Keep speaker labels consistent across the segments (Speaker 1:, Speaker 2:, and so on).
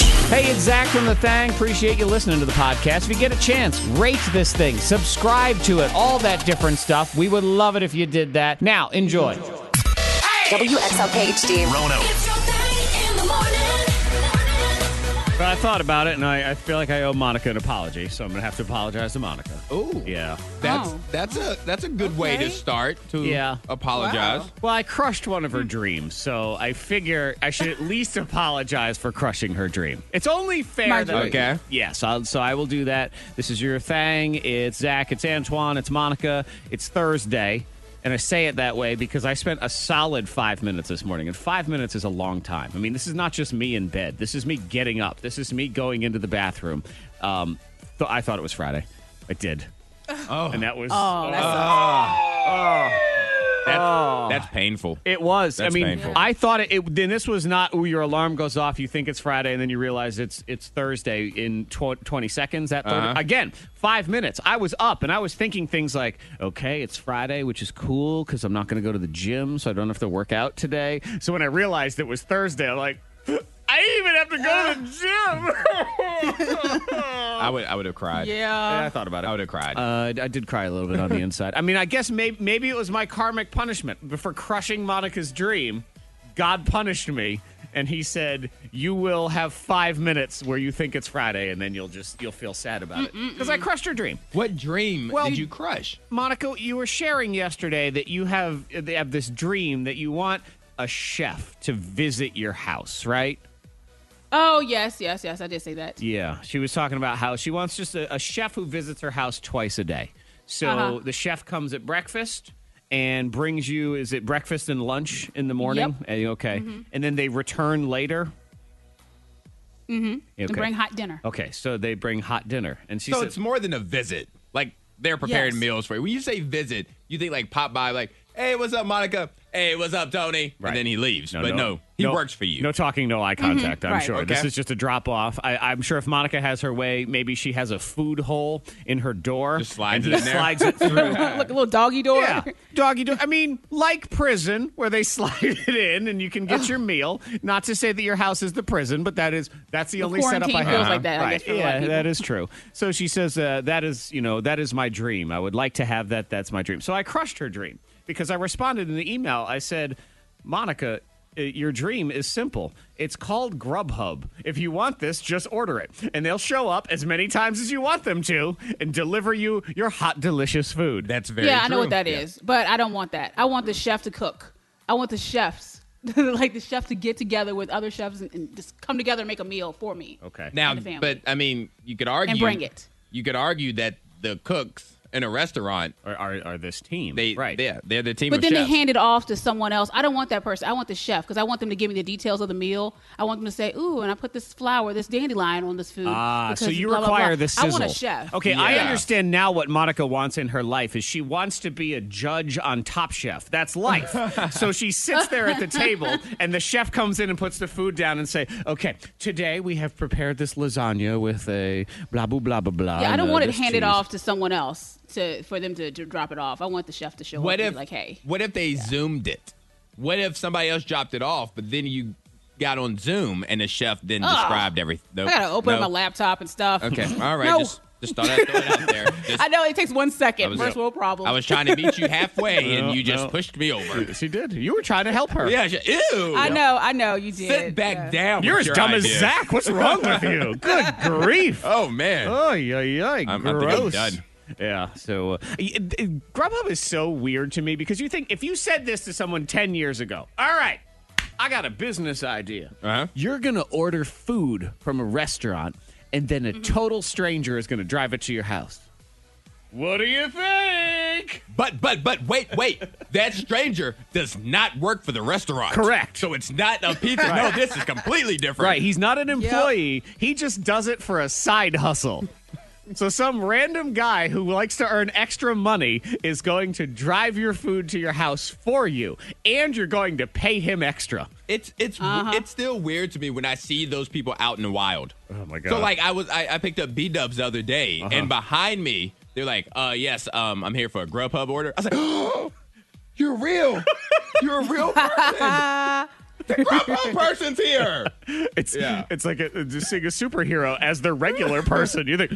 Speaker 1: Hey, it's Zach from The Thang. Appreciate you listening to the podcast. If you get a chance, rate this thing, subscribe to it, all that different stuff. We would love it if you did that. Now, enjoy.
Speaker 2: WXLK HD.
Speaker 3: It's your thing in the morning.
Speaker 4: But I thought about it, and I, I feel like I owe Monica an apology, so I'm gonna have to apologize to Monica.
Speaker 5: Ooh.
Speaker 4: Yeah.
Speaker 5: That's
Speaker 6: Oh.
Speaker 5: that's a that's a good way to
Speaker 6: Okay.
Speaker 5: start to
Speaker 4: Yeah.
Speaker 5: apologize.
Speaker 4: Well, I crushed one of her dreams, so I figure I should at least apologize for crushing her dream. It's only fair
Speaker 6: My
Speaker 4: that.
Speaker 6: dream.
Speaker 5: Okay.
Speaker 4: Yes, I'll, so I will do that. This is your thing. It's Zach. It's Antoine. It's Monica. It's Thursday. And I say it that way because I spent a solid five minutes this morning, and five minutes is a long time. I mean, this is not just me in bed. This is me getting up. This is me going into the bathroom. Um, th- I thought it was Friday. I did. Oh. And that was.
Speaker 6: Oh, that's
Speaker 5: Oh. That's,
Speaker 4: Oh.
Speaker 5: that's painful.
Speaker 4: It was.
Speaker 5: That's
Speaker 4: I mean,
Speaker 5: painful.
Speaker 4: I thought it, it. Then this was not. Ooh, your alarm goes off. You think it's Friday, and then you realize it's it's Thursday in tw- twenty seconds. That 30
Speaker 5: Uh-huh.
Speaker 4: again, five minutes. I was up and I was thinking things like, okay, it's Friday, which is cool because I'm not going to go to the gym, so I don't have to work out today. So when I realized it was Thursday, I'm like. I didn't even have to go to the gym.
Speaker 5: I would I would have cried.
Speaker 6: yeah.
Speaker 4: I thought about it.
Speaker 5: I would have cried.
Speaker 4: Uh, I did cry a little bit on the inside. I mean, I guess maybe maybe it was my karmic punishment for crushing Monica's dream. God punished me, and He said, "You will have five minutes where you think it's Friday, and then you'll just you'll feel sad about it because I crushed your dream."
Speaker 5: what dream
Speaker 4: well,
Speaker 5: did you crush?
Speaker 4: Monica, you were sharing yesterday that you have they have this dream that you want a chef to visit your house, right?
Speaker 6: Oh yes, yes, yes. I did say that.
Speaker 4: Yeah, she was talking about how she wants just a, a chef who visits her house twice a day. So
Speaker 6: Uh-huh.
Speaker 4: the chef comes at breakfast and brings you is it breakfast and lunch in the morning?
Speaker 6: Yep. Mm-hmm.
Speaker 4: Eh, Okay, and then they return later. Mm-hmm. Okay.
Speaker 6: And bring hot dinner.
Speaker 4: okay, so they bring hot dinner, and she
Speaker 5: So
Speaker 4: said,
Speaker 5: it's more than a visit. Like they're preparing
Speaker 6: Yes.
Speaker 5: meals for you. When you say visit, you think like pop by, like, hey, what's up, Monica? Hey, what's up, Tony?
Speaker 4: Right.
Speaker 5: And then he leaves. but no, he works for you.
Speaker 4: No talking, no eye contact. I'm
Speaker 6: Mm-hmm. right.
Speaker 4: sure
Speaker 5: Okay.
Speaker 4: this is just a drop off. I, I'm sure if Monica has her way, maybe she has a food hole in her door,
Speaker 5: Just slides
Speaker 4: and
Speaker 5: it
Speaker 4: he
Speaker 5: in there.
Speaker 4: slides it through.
Speaker 6: Look, a little doggy door.
Speaker 4: Yeah, doggy dog. I mean, like prison, where they slide it in and you can get your meal. Not to say that your house is the prison, but that is that's the, only setup I
Speaker 6: quarantine
Speaker 4: have.
Speaker 6: feels like that, I
Speaker 4: Right.
Speaker 6: guess, for a lot of
Speaker 4: yeah,
Speaker 6: people.
Speaker 4: that is true. So she says uh, that is you know that is my dream. I would like to have that. That's my dream. So I crushed her dream because I responded in the email. I said, Monica. uh, Your dream is simple. It's called Grubhub. If you want this, just order it, and they'll show up as many times as you want them to, and deliver you your hot, delicious food.
Speaker 5: That's very
Speaker 6: Yeah, I know what that is,
Speaker 5: Yeah.
Speaker 6: but I don't want that. I want the chef to cook. I want the chefs, like the chef to get together with other chefs and, and just come together and make a meal for me.
Speaker 4: Okay.
Speaker 5: Now,
Speaker 6: the family.
Speaker 5: but I mean, you could argue
Speaker 6: bring it.
Speaker 5: You could argue that the cooks in a restaurant,
Speaker 4: are, are, are this team.
Speaker 5: they
Speaker 4: right.
Speaker 5: yeah, they're the team
Speaker 6: But
Speaker 5: of
Speaker 6: then
Speaker 5: chefs.
Speaker 6: they hand it off to someone else. I don't want that person. I want the chef because I want them to give me the details of the meal. I want them to say, "Ooh, and I put this flower, this dandelion on this food."
Speaker 4: Ah, so
Speaker 6: because
Speaker 4: you
Speaker 6: blah, blah,
Speaker 4: require
Speaker 6: blah."
Speaker 4: the sizzle.
Speaker 6: I want a chef.
Speaker 4: Okay, I
Speaker 5: Yeah.
Speaker 4: understand now what Monica wants in her life is she wants to be a judge on Top Chef. That's life. so she sits there at the table, and the chef comes in and puts the food down and say, "Okay, today we have prepared this lasagna with a blah blah blah blah blah."
Speaker 6: Yeah, I don't
Speaker 4: and, uh,
Speaker 6: want it
Speaker 4: this
Speaker 6: handed
Speaker 4: cheese."
Speaker 6: off to someone else to for them to, to drop it off. I want the chef to show
Speaker 5: what
Speaker 6: up
Speaker 5: if
Speaker 6: and be like, "Hey,
Speaker 5: what if they zoomed it? What if somebody else dropped it off, but then you got on Zoom and the chef then described everything?
Speaker 6: I gotta open up my laptop and stuff."
Speaker 5: Okay, all right,
Speaker 6: No.
Speaker 5: just just thought I'd throw it out there. Just-
Speaker 6: I know it takes one
Speaker 5: I
Speaker 6: second.
Speaker 5: was-
Speaker 6: First world problem.
Speaker 5: I was trying to meet you halfway, and
Speaker 4: No,
Speaker 5: you just
Speaker 4: no.
Speaker 5: pushed me over.
Speaker 4: She did. You were trying to help her.
Speaker 5: Yeah, she- ew.
Speaker 6: I know, I know you did.
Speaker 5: Sit back
Speaker 6: yeah.
Speaker 5: down.
Speaker 4: You're
Speaker 5: with
Speaker 4: as
Speaker 5: your
Speaker 4: dumb as
Speaker 5: idea.
Speaker 4: Zach. What's wrong with you? Good grief.
Speaker 5: Oh man.
Speaker 4: Oh, yeah, yeah.
Speaker 5: I'm- I think I'm
Speaker 4: gross.
Speaker 5: done.
Speaker 4: Yeah. So uh, y- it- it- Grubhub is so weird to me because you think if you said this to someone 10 years ago, all right, I got a business idea.
Speaker 5: Uh-huh.
Speaker 4: You're going to order food from a restaurant and then a total stranger is going to drive it to your house. What do you think?
Speaker 5: But but but wait wait, that stranger does not work for the restaurant.
Speaker 4: Correct.
Speaker 5: So it's not a pizza. No, this is completely different.
Speaker 4: Right. He's not an employee. He just does it for a side hustle. so some random guy who likes to earn extra money is going to drive your food to your house for you, and you're going to pay him extra.
Speaker 5: It's it's it's still weird to me when I see those people out in the wild. Oh
Speaker 4: my
Speaker 5: So
Speaker 4: God. Uh-huh.
Speaker 5: like I was I, I picked up B Dubs the other day, and behind me they're like, "Uh, yes, um, I'm here for a Grubhub order." I was like, "Oh, you're real, you're a real person." proper person's here. Oh,
Speaker 4: It's
Speaker 5: Yeah.
Speaker 4: it's like a, just seeing a superhero as their regular person. You think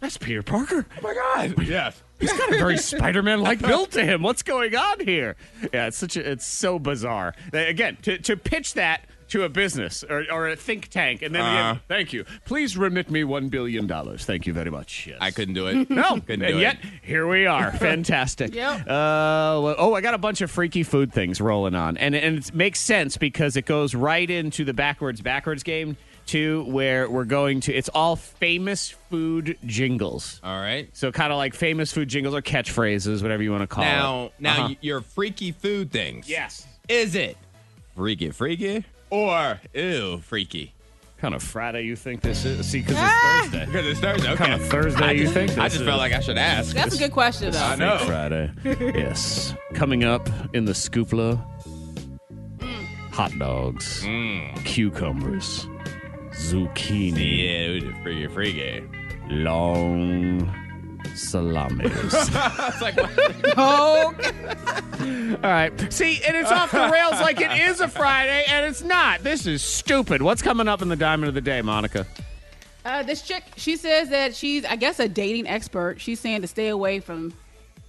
Speaker 4: that's Peter Parker?
Speaker 5: Oh my God. Yes.
Speaker 4: He's got a very Spider-Man like build to him. What's going on here? Yeah, it's such a it's so bizarre. Uh, Again, to, to pitch that to a business or, or a think tank, and then you-
Speaker 5: Uh-huh.
Speaker 4: thank you. Please remit me one billion dollars. Thank you very much. Yes.
Speaker 5: I couldn't do it.
Speaker 4: No,
Speaker 5: Couldn't do
Speaker 4: and
Speaker 5: it.
Speaker 4: yet here we are. Fantastic.
Speaker 6: Yep.
Speaker 4: Uh, well- oh, I got a bunch of freaky food things rolling on, and and it makes sense because it goes right into the backwards backwards game too, where we're going to. It's all famous food jingles.
Speaker 5: All right.
Speaker 4: So kind of like famous food jingles or catchphrases, whatever you want to call
Speaker 5: Now,
Speaker 4: it.
Speaker 5: now
Speaker 4: Uh-huh.
Speaker 5: y- your freaky food things.
Speaker 4: yes.
Speaker 5: Is it freaky, freaky, or ew, freaky?
Speaker 4: Kind of Friday you think this is? See, because it's Thursday.
Speaker 5: Because it's Thursday. Okay.
Speaker 4: Kind of Thursday you think this
Speaker 5: I just
Speaker 4: is?
Speaker 5: felt like I should ask.
Speaker 6: That's a good question, though.
Speaker 5: I know.
Speaker 4: Friday. yes. Coming up in the scoopla, hot dogs, cucumbers, zucchini,
Speaker 5: Mm. Yeah, it was freaky, freaky.
Speaker 4: long salamis.
Speaker 5: It's like, what?
Speaker 4: All right. See, and it's off the rails like it is a Friday, and it's not. This is stupid. What's coming up in the Diamond of the Day, Monica?
Speaker 6: Uh, this chick, she says that she's, I guess, a dating expert. She's saying to stay away from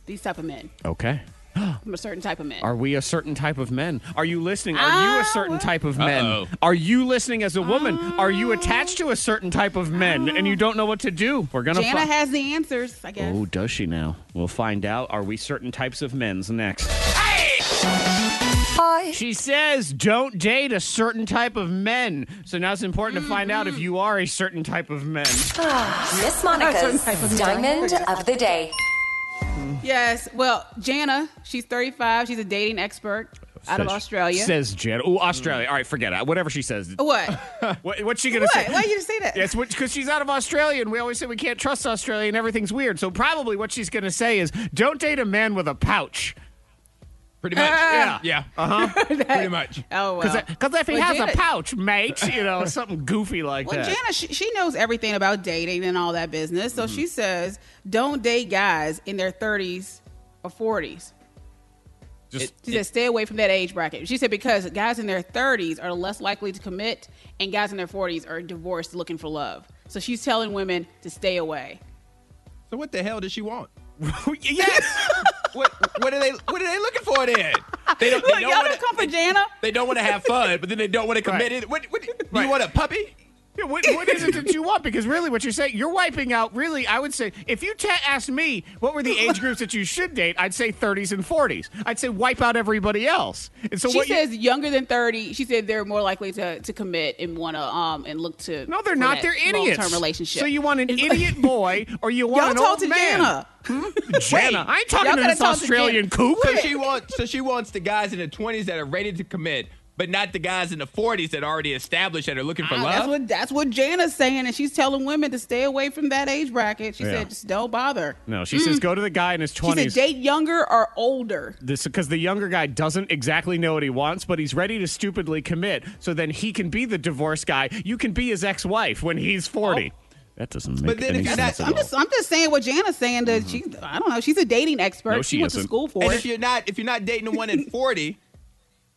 Speaker 6: these type of men,
Speaker 4: Okay.
Speaker 6: from a certain type of men.
Speaker 4: Are we a certain type of men? Are you listening? Are you a
Speaker 6: Ah,
Speaker 4: certain
Speaker 6: what?
Speaker 4: type of men?
Speaker 5: Uh-oh.
Speaker 4: Are you listening as a woman? Are you attached to a certain type of men and you don't know what to do? We're going to
Speaker 6: Jana has the answers, I guess.
Speaker 4: Oh, does she now? We'll find out. Are we certain types of men's next? She says, don't date a certain type of men. So now it's important to find out if you are a certain type of men.
Speaker 2: Miss
Speaker 6: Certain
Speaker 2: Monica's
Speaker 6: type of
Speaker 2: Diamond of the Day.
Speaker 6: Yes. Well, Jana, she's 35. She's a dating expert out of
Speaker 4: Says-
Speaker 6: Australia.
Speaker 4: Says Jen. Oh, Australia. All right, forget it. Whatever she says.
Speaker 6: what?
Speaker 4: What, what's she going to
Speaker 6: what?
Speaker 4: say?
Speaker 6: Why you say that?
Speaker 4: Yes, because she's out of Australia, and we always say we can't trust Australia, and everything's weird. So probably what she's going to say is, "Don't date a man with a pouch."
Speaker 5: pretty much.
Speaker 4: Yeah.
Speaker 5: Yeah. Uh huh. pretty much.
Speaker 6: Oh, well.
Speaker 4: Because if he
Speaker 6: Well,
Speaker 4: has
Speaker 6: Janet-
Speaker 4: a pouch, mate, you know, something goofy like
Speaker 6: Well,
Speaker 4: that.
Speaker 6: Jana, she, she knows everything about dating and all that business. So
Speaker 4: Mm-hmm.
Speaker 6: she says, don't date guys in their 30s or 40s.
Speaker 4: Just-
Speaker 6: she said, stay away from that age bracket. She said, because guys in their 30s are less likely to commit, and guys in their 40s are divorced looking for love. So she's telling women to stay away.
Speaker 5: So what the hell does she want?
Speaker 4: yes.
Speaker 5: What what are they what are they looking for then? They don't,
Speaker 6: Look,
Speaker 5: they don't
Speaker 6: y'all don't
Speaker 5: wanna,
Speaker 6: come for Jana.
Speaker 5: they don't want to have fun, but then they don't want to commit
Speaker 4: Right.
Speaker 5: it. What, what,
Speaker 4: Right.
Speaker 5: You want a puppy?
Speaker 4: Yeah, what, what is it that you want? Because really, what you're saying, you're wiping out. Really, I would say, if you ta asked me what were the age groups that you should date, I'd say 30s and 40s. I'd say wipe out everybody else. And so
Speaker 6: She
Speaker 4: what you-
Speaker 6: says younger than 30, she said they're more likely to, to commit and want to um and look to
Speaker 4: No, they're
Speaker 6: for
Speaker 4: not.
Speaker 6: that
Speaker 4: They're idiots.
Speaker 6: Long-term relationship.
Speaker 4: So you want an idiot boy or you want
Speaker 6: Y'all
Speaker 4: an
Speaker 6: talk
Speaker 4: old
Speaker 6: to
Speaker 4: man?
Speaker 6: Jana.
Speaker 4: Jana, I ain't talking
Speaker 6: Y'all
Speaker 4: to
Speaker 6: gotta
Speaker 4: this
Speaker 6: talk to
Speaker 4: Australian
Speaker 6: Jana.
Speaker 4: kook.
Speaker 5: So she wants so she wants the guys in the twenties that are ready to commit, but not the guys in the forties that are already established that are looking for
Speaker 6: Ah,
Speaker 5: love.
Speaker 6: that's what that's what Jana's saying, and she's telling women to stay away from that age bracket. She
Speaker 4: Yeah.
Speaker 6: said just don't bother.
Speaker 4: No, she says go to the guy in his
Speaker 6: Mm. She said
Speaker 4: twenties.
Speaker 6: date younger or older.
Speaker 4: This because the younger guy doesn't exactly know what he wants, but he's ready to stupidly commit. So then he can be the divorce guy. You can be his ex-wife when he's forty. That doesn't make
Speaker 5: Oh. But then
Speaker 4: any
Speaker 5: if you're
Speaker 4: sense
Speaker 5: not-
Speaker 4: at
Speaker 5: I'm
Speaker 4: all.
Speaker 6: Just- I'm just saying what Jana's saying. That she's I don't know. She's a dating expert.
Speaker 4: No, she
Speaker 6: went to
Speaker 4: isn't.
Speaker 6: school for
Speaker 5: and
Speaker 6: it.
Speaker 5: if you're not if you're not dating the one at forty,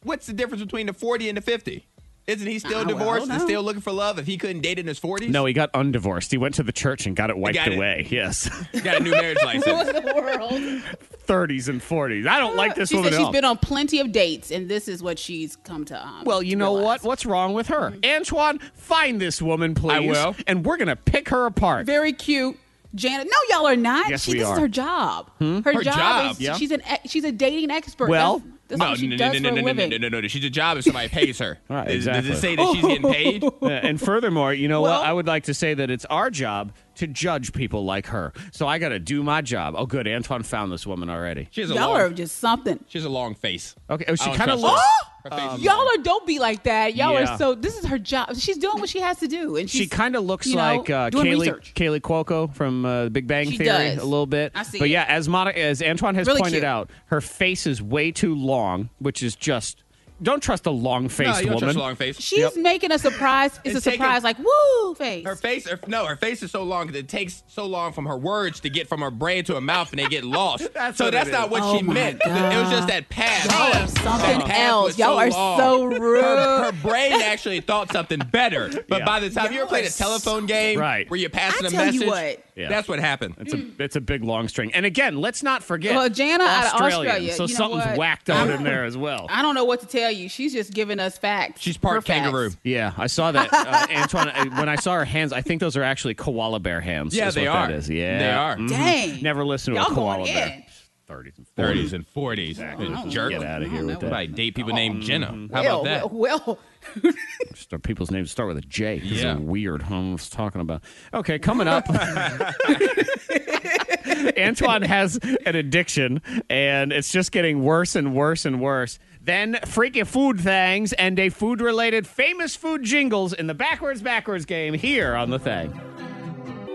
Speaker 5: what's the difference between the forty and the fifty? Isn't he still
Speaker 6: Ah, well,
Speaker 5: divorced and
Speaker 6: no.
Speaker 5: still looking for love if he couldn't date in his forties?
Speaker 4: no, he got undivorced. He went to the church and got it wiped
Speaker 5: got it.
Speaker 4: away. Yes,
Speaker 5: he got a new marriage license.
Speaker 6: What in the world?
Speaker 4: thirties and forties. I don't like this
Speaker 6: she
Speaker 4: woman
Speaker 6: said
Speaker 4: at
Speaker 6: she's
Speaker 4: all.
Speaker 6: been on plenty of dates, and this is what she's come to. Um,
Speaker 4: Well, you know
Speaker 6: realize.
Speaker 4: what? What's wrong with her? Antoine, find this woman, please.
Speaker 5: will.
Speaker 4: And we're going to pick her apart.
Speaker 6: very cute. Janet, no, y'all are not.
Speaker 4: Yes,
Speaker 6: she,
Speaker 4: we
Speaker 6: this
Speaker 4: are.
Speaker 6: is her job. Her, job,
Speaker 5: job,
Speaker 6: is
Speaker 5: yeah.
Speaker 6: she's an ex- she's a dating expert.
Speaker 4: Well,
Speaker 6: that's, that's all she does for a
Speaker 5: no, no,
Speaker 6: living.
Speaker 5: no, no, no, no. She's a job if somebody pays her.
Speaker 4: Right,
Speaker 5: Does-
Speaker 4: exactly.
Speaker 5: Does it say that she's getting paid?
Speaker 4: Uh, and furthermore, you know
Speaker 6: Well-
Speaker 4: what? I would like to say that it's our job to judge people like her. So I got to do my job. Oh, good. Antoine found this woman already.
Speaker 5: She has a
Speaker 6: Y'all
Speaker 5: long,
Speaker 6: are just something.
Speaker 5: she has a long face.
Speaker 4: Okay. Oh,
Speaker 5: I
Speaker 4: she
Speaker 5: don't
Speaker 4: kind of
Speaker 5: trust
Speaker 4: looks.
Speaker 5: her. Her face is
Speaker 6: Y'all
Speaker 5: long.
Speaker 6: are don't be like that. Y'all
Speaker 4: Yeah.
Speaker 6: are so. This is her job. She's doing what she has to do, and she's,
Speaker 4: She kind of looks
Speaker 6: you know,
Speaker 4: like uh,
Speaker 6: doing
Speaker 4: Kaylee
Speaker 6: research.
Speaker 4: Kaylee Cuoco from uh, Big Bang
Speaker 6: She
Speaker 4: Theory
Speaker 6: does.
Speaker 4: a little bit.
Speaker 6: I see
Speaker 4: But
Speaker 6: it.
Speaker 4: yeah, as Monica, as Antoine has
Speaker 6: Really
Speaker 4: pointed
Speaker 6: cute.
Speaker 4: out, her face is way too long, which is just don't trust a
Speaker 5: No,
Speaker 4: long-faced
Speaker 5: you don't
Speaker 4: woman.
Speaker 5: trust long face.
Speaker 6: She's making a surprise. It's, a
Speaker 5: It's taking-
Speaker 6: surprise, like woo face.
Speaker 5: Her face, her, no, her face is so long that it takes so long from her words to get from her brain to her mouth, and they get lost.
Speaker 4: That's
Speaker 5: so
Speaker 4: what
Speaker 5: that's
Speaker 4: it
Speaker 5: not
Speaker 4: is.
Speaker 5: what
Speaker 6: Oh
Speaker 5: she
Speaker 6: my
Speaker 5: meant.
Speaker 6: God.
Speaker 5: It was just that path.
Speaker 6: Y'all are
Speaker 5: That
Speaker 6: something
Speaker 5: path
Speaker 6: else.
Speaker 5: was
Speaker 6: Y'all are
Speaker 5: long.
Speaker 6: so rude.
Speaker 5: Her, her brain actually thought something better, but
Speaker 4: Yeah.
Speaker 5: by the time you ever played a telephone game,
Speaker 4: Right.
Speaker 5: where you're passing
Speaker 6: I
Speaker 5: a
Speaker 6: tell you
Speaker 5: message,
Speaker 6: what.
Speaker 4: Yeah.
Speaker 5: that's what happened.
Speaker 4: It's a it's a big long string. And again, let's not forget
Speaker 6: Well, Jana out of
Speaker 4: Australian,
Speaker 6: Australia,
Speaker 4: So
Speaker 6: you know
Speaker 4: something's
Speaker 6: what?
Speaker 4: whacked out in there as well.
Speaker 6: I don't know what to tell you. She's just giving us facts.
Speaker 5: She's part
Speaker 6: Her facts.
Speaker 5: kangaroo.
Speaker 4: yeah, I saw that, uh, Antoine. I- When I saw her hands, I think those are actually koala bear hands.
Speaker 5: Yeah,
Speaker 4: is
Speaker 5: they
Speaker 4: what
Speaker 5: are.
Speaker 4: That is. Yeah, Mm-hmm.
Speaker 5: they are.
Speaker 6: Dang.
Speaker 4: Never listen to
Speaker 6: Y'all
Speaker 4: a koala
Speaker 6: going
Speaker 4: bear.
Speaker 6: in.
Speaker 4: Thirties and
Speaker 5: 30s
Speaker 4: forties. Um,
Speaker 5: and 40s.
Speaker 6: don't
Speaker 5: Jerk.
Speaker 4: Get out of
Speaker 6: I
Speaker 4: here
Speaker 6: don't
Speaker 4: with
Speaker 6: know.
Speaker 5: I
Speaker 4: that.
Speaker 5: date people named Jenna. How
Speaker 6: Well,
Speaker 5: about that?
Speaker 6: well, well,
Speaker 4: Start- People's names start with a J. 'cause
Speaker 5: Yeah.
Speaker 4: They're weird. Huh? I was talking about. Okay, coming up. Antoine has an addiction, and it's just getting worse and worse and worse. Then freaky food things and a food-related famous food jingles in the backwards backwards game here on the thing.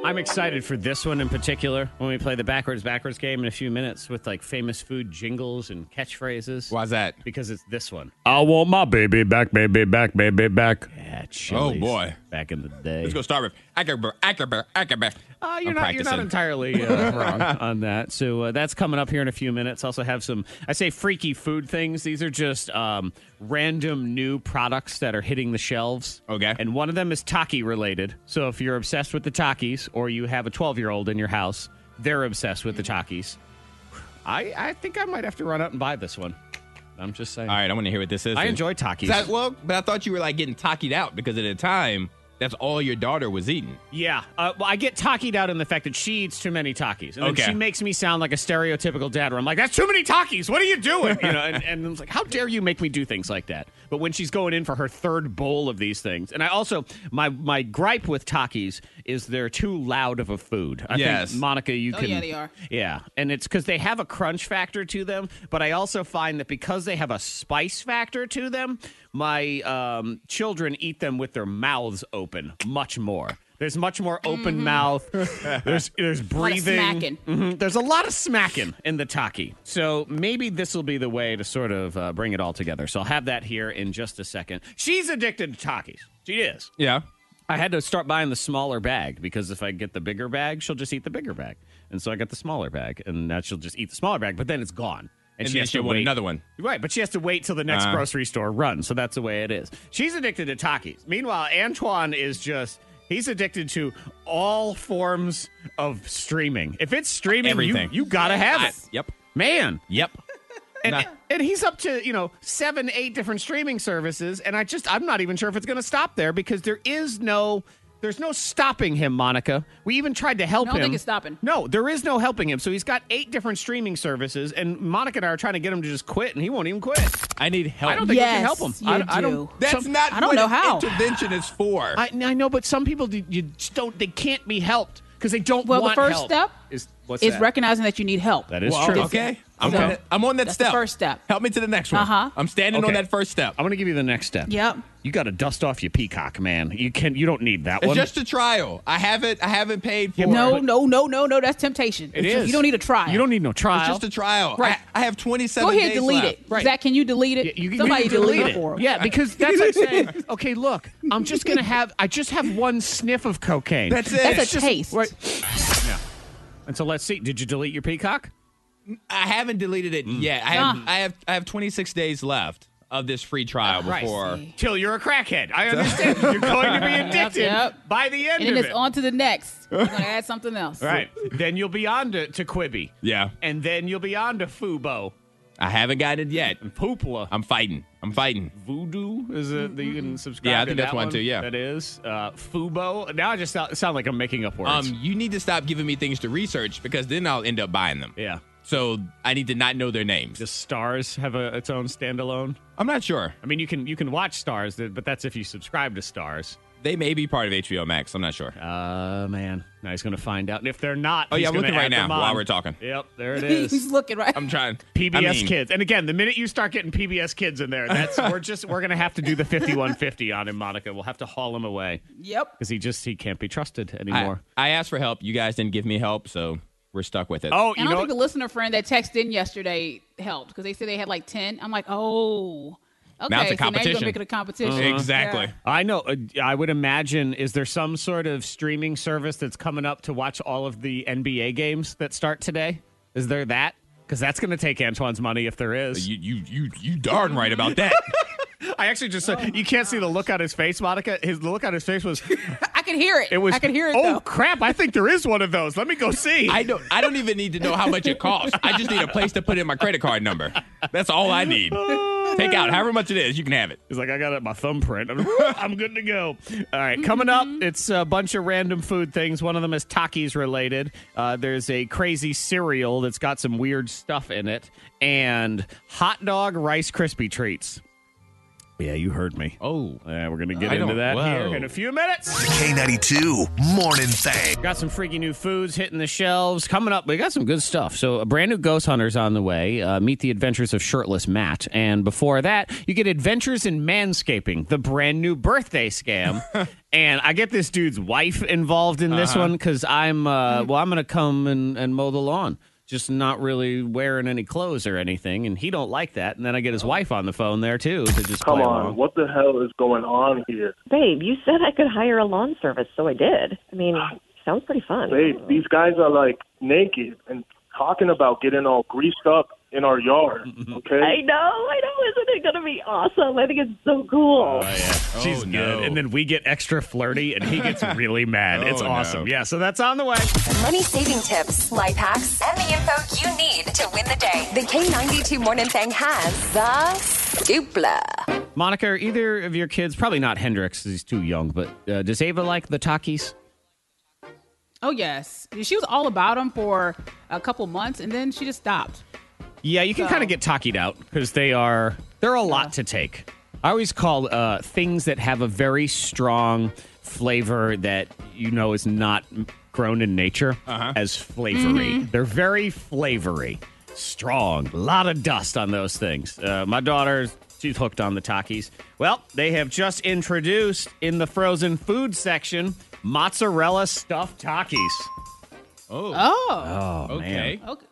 Speaker 4: I'm excited for this one in particular when we play the backwards backwards game in a few minutes with like famous food jingles and catchphrases.
Speaker 5: Why's that? Oh.
Speaker 4: Because it's this one. I want my baby back, baby back, baby back. Yeah, Chili's
Speaker 5: Oh, boy.
Speaker 4: Back in the day.
Speaker 5: Let's go start with Ackerberg, Ackerberg, Ackerberg.
Speaker 4: Uh, you're
Speaker 5: I'm
Speaker 4: not. You're not
Speaker 5: practicing.
Speaker 4: entirely uh, wrong on that. So uh, that's coming up here in a few minutes. Also have some. I say freaky food things. These are just um, random new products that are hitting the shelves.
Speaker 5: Okay.
Speaker 4: And one of them is Taki related. So if you're obsessed with the Takis, or you have a 12 year old in your house, they're obsessed with the Takis. I I think I might have to run out and buy this one. I'm just saying.
Speaker 5: All right, I want to hear what this is.
Speaker 4: I enjoy Takis.
Speaker 5: That- well, but I thought you were like getting takied out because at the time, that's all your daughter was eating.
Speaker 4: Yeah. Uh, well, I get takied out in the fact that she eats too many takis. And then
Speaker 5: Okay.
Speaker 4: she makes me sound like a stereotypical dad where I'm like, that's too many takis. What are you doing? You know, and, and I'm like, how dare you make me do things like that? But when she's going in for her third bowl of these things, and I also, my, my gripe with takis is they're too loud of a food. I
Speaker 5: Yes.
Speaker 4: think, Monica, you
Speaker 6: Oh,
Speaker 4: can.
Speaker 6: yeah, they are.
Speaker 4: Yeah. And it's because they have a crunch factor to them, but I also find that because they have a spice factor to them, my um, children eat them with their mouths open much more. There's much more open
Speaker 6: Mm-hmm.
Speaker 4: mouth. There's there's breathing.
Speaker 6: smacking.
Speaker 4: Mhm. There's a lot of smacking in the taki. So maybe this will be the way to sort of uh, bring it all together. So I'll have that here in just a second. She's addicted to takis. She is.
Speaker 5: Yeah.
Speaker 4: I had to start buying the smaller bag because if I get the bigger bag, she'll just eat the bigger bag. And so I got the smaller bag, and now she'll just eat the smaller bag, but then it's gone.
Speaker 5: And then she'll want another one. Uh.
Speaker 4: Right, but she has to wait till the next grocery store run. So that's the way it is. She's addicted to Takis. Meanwhile, Antoine is just. He's addicted to all forms of streaming. If it's streaming, you-
Speaker 5: Everything.
Speaker 4: You, gotta have it.
Speaker 5: Yep.
Speaker 4: Man.
Speaker 5: Yep.
Speaker 4: And,
Speaker 5: Nah.
Speaker 4: and he's up to, you know, seven, eight different streaming services. And I just, I'm not even sure if it's going to stop there because there is no, there's no stopping him, Monica. We even tried to help
Speaker 6: I
Speaker 4: him.
Speaker 6: don't think it's stopping.
Speaker 4: No, there is no helping him. So he's got eight different streaming services. And Monica and I are trying to get him to just quit, and he won't even quit.
Speaker 5: I need help.
Speaker 4: I don't think
Speaker 6: Yes,
Speaker 4: we can help him.
Speaker 6: you
Speaker 4: I, I don't.
Speaker 6: do.
Speaker 5: that's
Speaker 4: some-
Speaker 5: not
Speaker 6: I don't
Speaker 5: what
Speaker 6: know
Speaker 5: an
Speaker 6: how.
Speaker 5: intervention is for.
Speaker 4: I, I know, but some people, do- you just don't, they can't be helped because they don't
Speaker 6: Well, the
Speaker 4: want
Speaker 6: first
Speaker 4: help.
Speaker 6: step
Speaker 4: is, what's
Speaker 6: It's
Speaker 4: that?
Speaker 6: recognizing that you need help.
Speaker 4: That is
Speaker 5: Well,
Speaker 4: true.
Speaker 5: Okay. I'm,
Speaker 6: So-
Speaker 5: on that, I'm on that
Speaker 6: That's the
Speaker 5: step.
Speaker 6: first step.
Speaker 5: Help me to the next one.
Speaker 6: Uh-huh.
Speaker 5: I'm standing on
Speaker 4: Okay.
Speaker 5: that first step.
Speaker 4: I'm going to give you the next step.
Speaker 6: Yep.
Speaker 4: You got to dust off your peacock, man. You can. You don't need that
Speaker 5: it's
Speaker 4: one.
Speaker 5: just a trial. I haven't. I haven't paid for.
Speaker 6: No,
Speaker 5: it.
Speaker 6: no, no, no, no. That's temptation.
Speaker 4: It is.
Speaker 6: You don't need a trial.
Speaker 4: You don't need no trial.
Speaker 5: It's just a trial.
Speaker 4: Right.
Speaker 5: I, I have 27.
Speaker 6: Go ahead,
Speaker 5: days
Speaker 6: delete
Speaker 5: left.
Speaker 6: it.
Speaker 4: Right.
Speaker 6: Zach, can you delete it?
Speaker 4: Yeah, you- you
Speaker 6: Somebody
Speaker 4: can
Speaker 6: delete,
Speaker 4: delete
Speaker 6: it for him.
Speaker 4: Yeah, because that's like saying, okay, look, I'm just gonna have, I just have one sniff of cocaine.
Speaker 5: That's it.
Speaker 6: That's
Speaker 5: It's
Speaker 6: a taste.
Speaker 4: Right. And so let's see. Did you delete your peacock?
Speaker 5: I haven't deleted it
Speaker 4: Mm.
Speaker 5: yet. I
Speaker 6: Ah.
Speaker 5: have, I have I have 26 days left of this free trial before.
Speaker 6: Ah, see.
Speaker 4: Till you're a crackhead. I understand. you're going to be addicted
Speaker 6: yep.
Speaker 4: by the end
Speaker 6: And then
Speaker 4: of
Speaker 6: it's
Speaker 4: it.
Speaker 6: on to the next. You're going to add something else.
Speaker 4: right. Then you'll be on to, to Quibi.
Speaker 5: Yeah.
Speaker 4: And then you'll be on to Fubo.
Speaker 5: I haven't got it yet.
Speaker 4: Poopla. Mm-hmm.
Speaker 5: I'm fighting. I'm fighting.
Speaker 4: Voodoo is it that you can subscribe
Speaker 5: Yeah, I
Speaker 4: to
Speaker 5: think
Speaker 4: that
Speaker 5: that's one too, yeah.
Speaker 4: that is uh, Fubo. Now I just sound, sound like I'm making up words.
Speaker 5: Um, you need to stop giving me things to research because then I'll end up buying them.
Speaker 4: yeah,
Speaker 5: So I need to not know their names.
Speaker 4: does Stars have a, its own standalone?
Speaker 5: I'm not sure.
Speaker 4: I mean, you can you can watch Stars, th- but that's if you subscribe to Stars.
Speaker 5: They may be part of HBO Max. I'm not sure.
Speaker 4: Uh man, now he's gonna find out. And if they're not,
Speaker 5: Oh, yeah,
Speaker 4: he's
Speaker 5: I'm
Speaker 4: gonna
Speaker 5: looking right
Speaker 4: add them
Speaker 5: now while
Speaker 4: on.
Speaker 5: we're talking.
Speaker 4: Yep, there it
Speaker 6: He's
Speaker 4: is. Um,
Speaker 6: looking right.
Speaker 5: I'm trying.
Speaker 4: PBS
Speaker 5: I mean,
Speaker 4: Kids, and again, the minute you start getting PBS Kids in there, that's we're just we're gonna have to do the fifty-one fifty on him, Monica. We'll have to haul him away
Speaker 6: Yep.
Speaker 4: because he just he can't be trusted
Speaker 5: I,
Speaker 4: anymore.
Speaker 5: I asked for help. You guys didn't give me help, so we're stuck with it.
Speaker 4: oh,
Speaker 6: And
Speaker 4: you
Speaker 6: I
Speaker 4: know
Speaker 6: don't
Speaker 4: what?
Speaker 6: think the listener friend that texted in yesterday helped because they said they had like 10. I'm like, oh, Okay,
Speaker 5: now it's a
Speaker 6: so now you're
Speaker 5: competition.
Speaker 6: gonna make it a competition.
Speaker 4: Uh-huh.
Speaker 5: Exactly.
Speaker 6: Uh-huh. Yeah.
Speaker 4: I know. uh, I would imagine. Is there some sort of streaming service that's coming up to watch all of the NBA games that start today? Is there that? Because that's going to take Antoine's money if there is.
Speaker 5: You you you you darn right about that.
Speaker 4: I actually just
Speaker 6: Oh,
Speaker 4: said you can't see the look on his face, Monica. His the look on his face was
Speaker 6: I could hear it.
Speaker 4: it was.
Speaker 6: I could hear it
Speaker 4: Oh
Speaker 6: though.
Speaker 4: crap! I think there is one of those. Let me go see.
Speaker 5: I don't I don't even need to know how much it costs. I just need a place to put in my credit card number. That's all I need. Take out however much it is, you can have it.
Speaker 4: He's like, I got it, my thumbprint. I'm, I'm good to go. All right, coming up, it's a bunch of random food things. One of them is Takis related. Uh, there's a crazy cereal that's got some weird stuff in it, and hot dog Rice Krispie treats. Yeah, you heard me.
Speaker 5: Oh.
Speaker 4: Yeah, we're going to get
Speaker 5: I
Speaker 4: into
Speaker 5: don't-
Speaker 4: that
Speaker 5: whoa.
Speaker 4: here in a few minutes.
Speaker 7: K92 Morning Thing.
Speaker 4: Got some freaky new foods hitting the shelves. Coming up, we got some good stuff. So, a brand new Ghost Hunter's on the way. Uh, meet the adventures of Shirtless Matt. And before that, you get Adventures in Manscaping, the brand new birthday scam. and I get this dude's wife involved in this one because I'm, uh, well, I'm going to come and, and mow the lawn. Just not really wearing any clothes or anything, and he don't like that. And then I get his wife on the phone there too to just
Speaker 8: Come
Speaker 4: play
Speaker 8: on,
Speaker 4: along.
Speaker 8: what the hell is going on here?
Speaker 9: Babe, you said I could hire a lawn service, so I did. I mean,
Speaker 4: Ah.
Speaker 9: sounds pretty fun.
Speaker 8: Babe, these guys are like naked and talking about getting all greased up in our yard. Okay?
Speaker 9: I know, I know. Isn't it going to be awesome? I think it's so cool.
Speaker 4: She's
Speaker 5: Oh,
Speaker 4: good.
Speaker 5: no.
Speaker 4: And then we get extra flirty and he gets really mad. it's
Speaker 5: Oh,
Speaker 4: awesome.
Speaker 5: no.
Speaker 4: Yeah, so that's on the way.
Speaker 2: Money saving tips, life hacks, and the info you need to win the day. The K92 Morning Thing has the dupla.
Speaker 4: Monica, are either of your kids, probably not Hendrix, 'cause he's too young, but uh, does Ava like the Takis?
Speaker 6: Oh yes, she was all about them for a couple months, and then she just stopped.
Speaker 4: Yeah, you can
Speaker 6: No.
Speaker 4: kind of get Takied out because they are, they're a lot to take. I always call uh, things that have a very strong flavor that you know is not grown in nature as flavory. They're very flavory, strong, a lot of dust on those things. Uh, my daughter, she's hooked on the Takis. Well, they have just introduced in the frozen food section mozzarella stuffed Takis.
Speaker 5: Oh,
Speaker 6: Oh,
Speaker 5: okay.
Speaker 6: okay.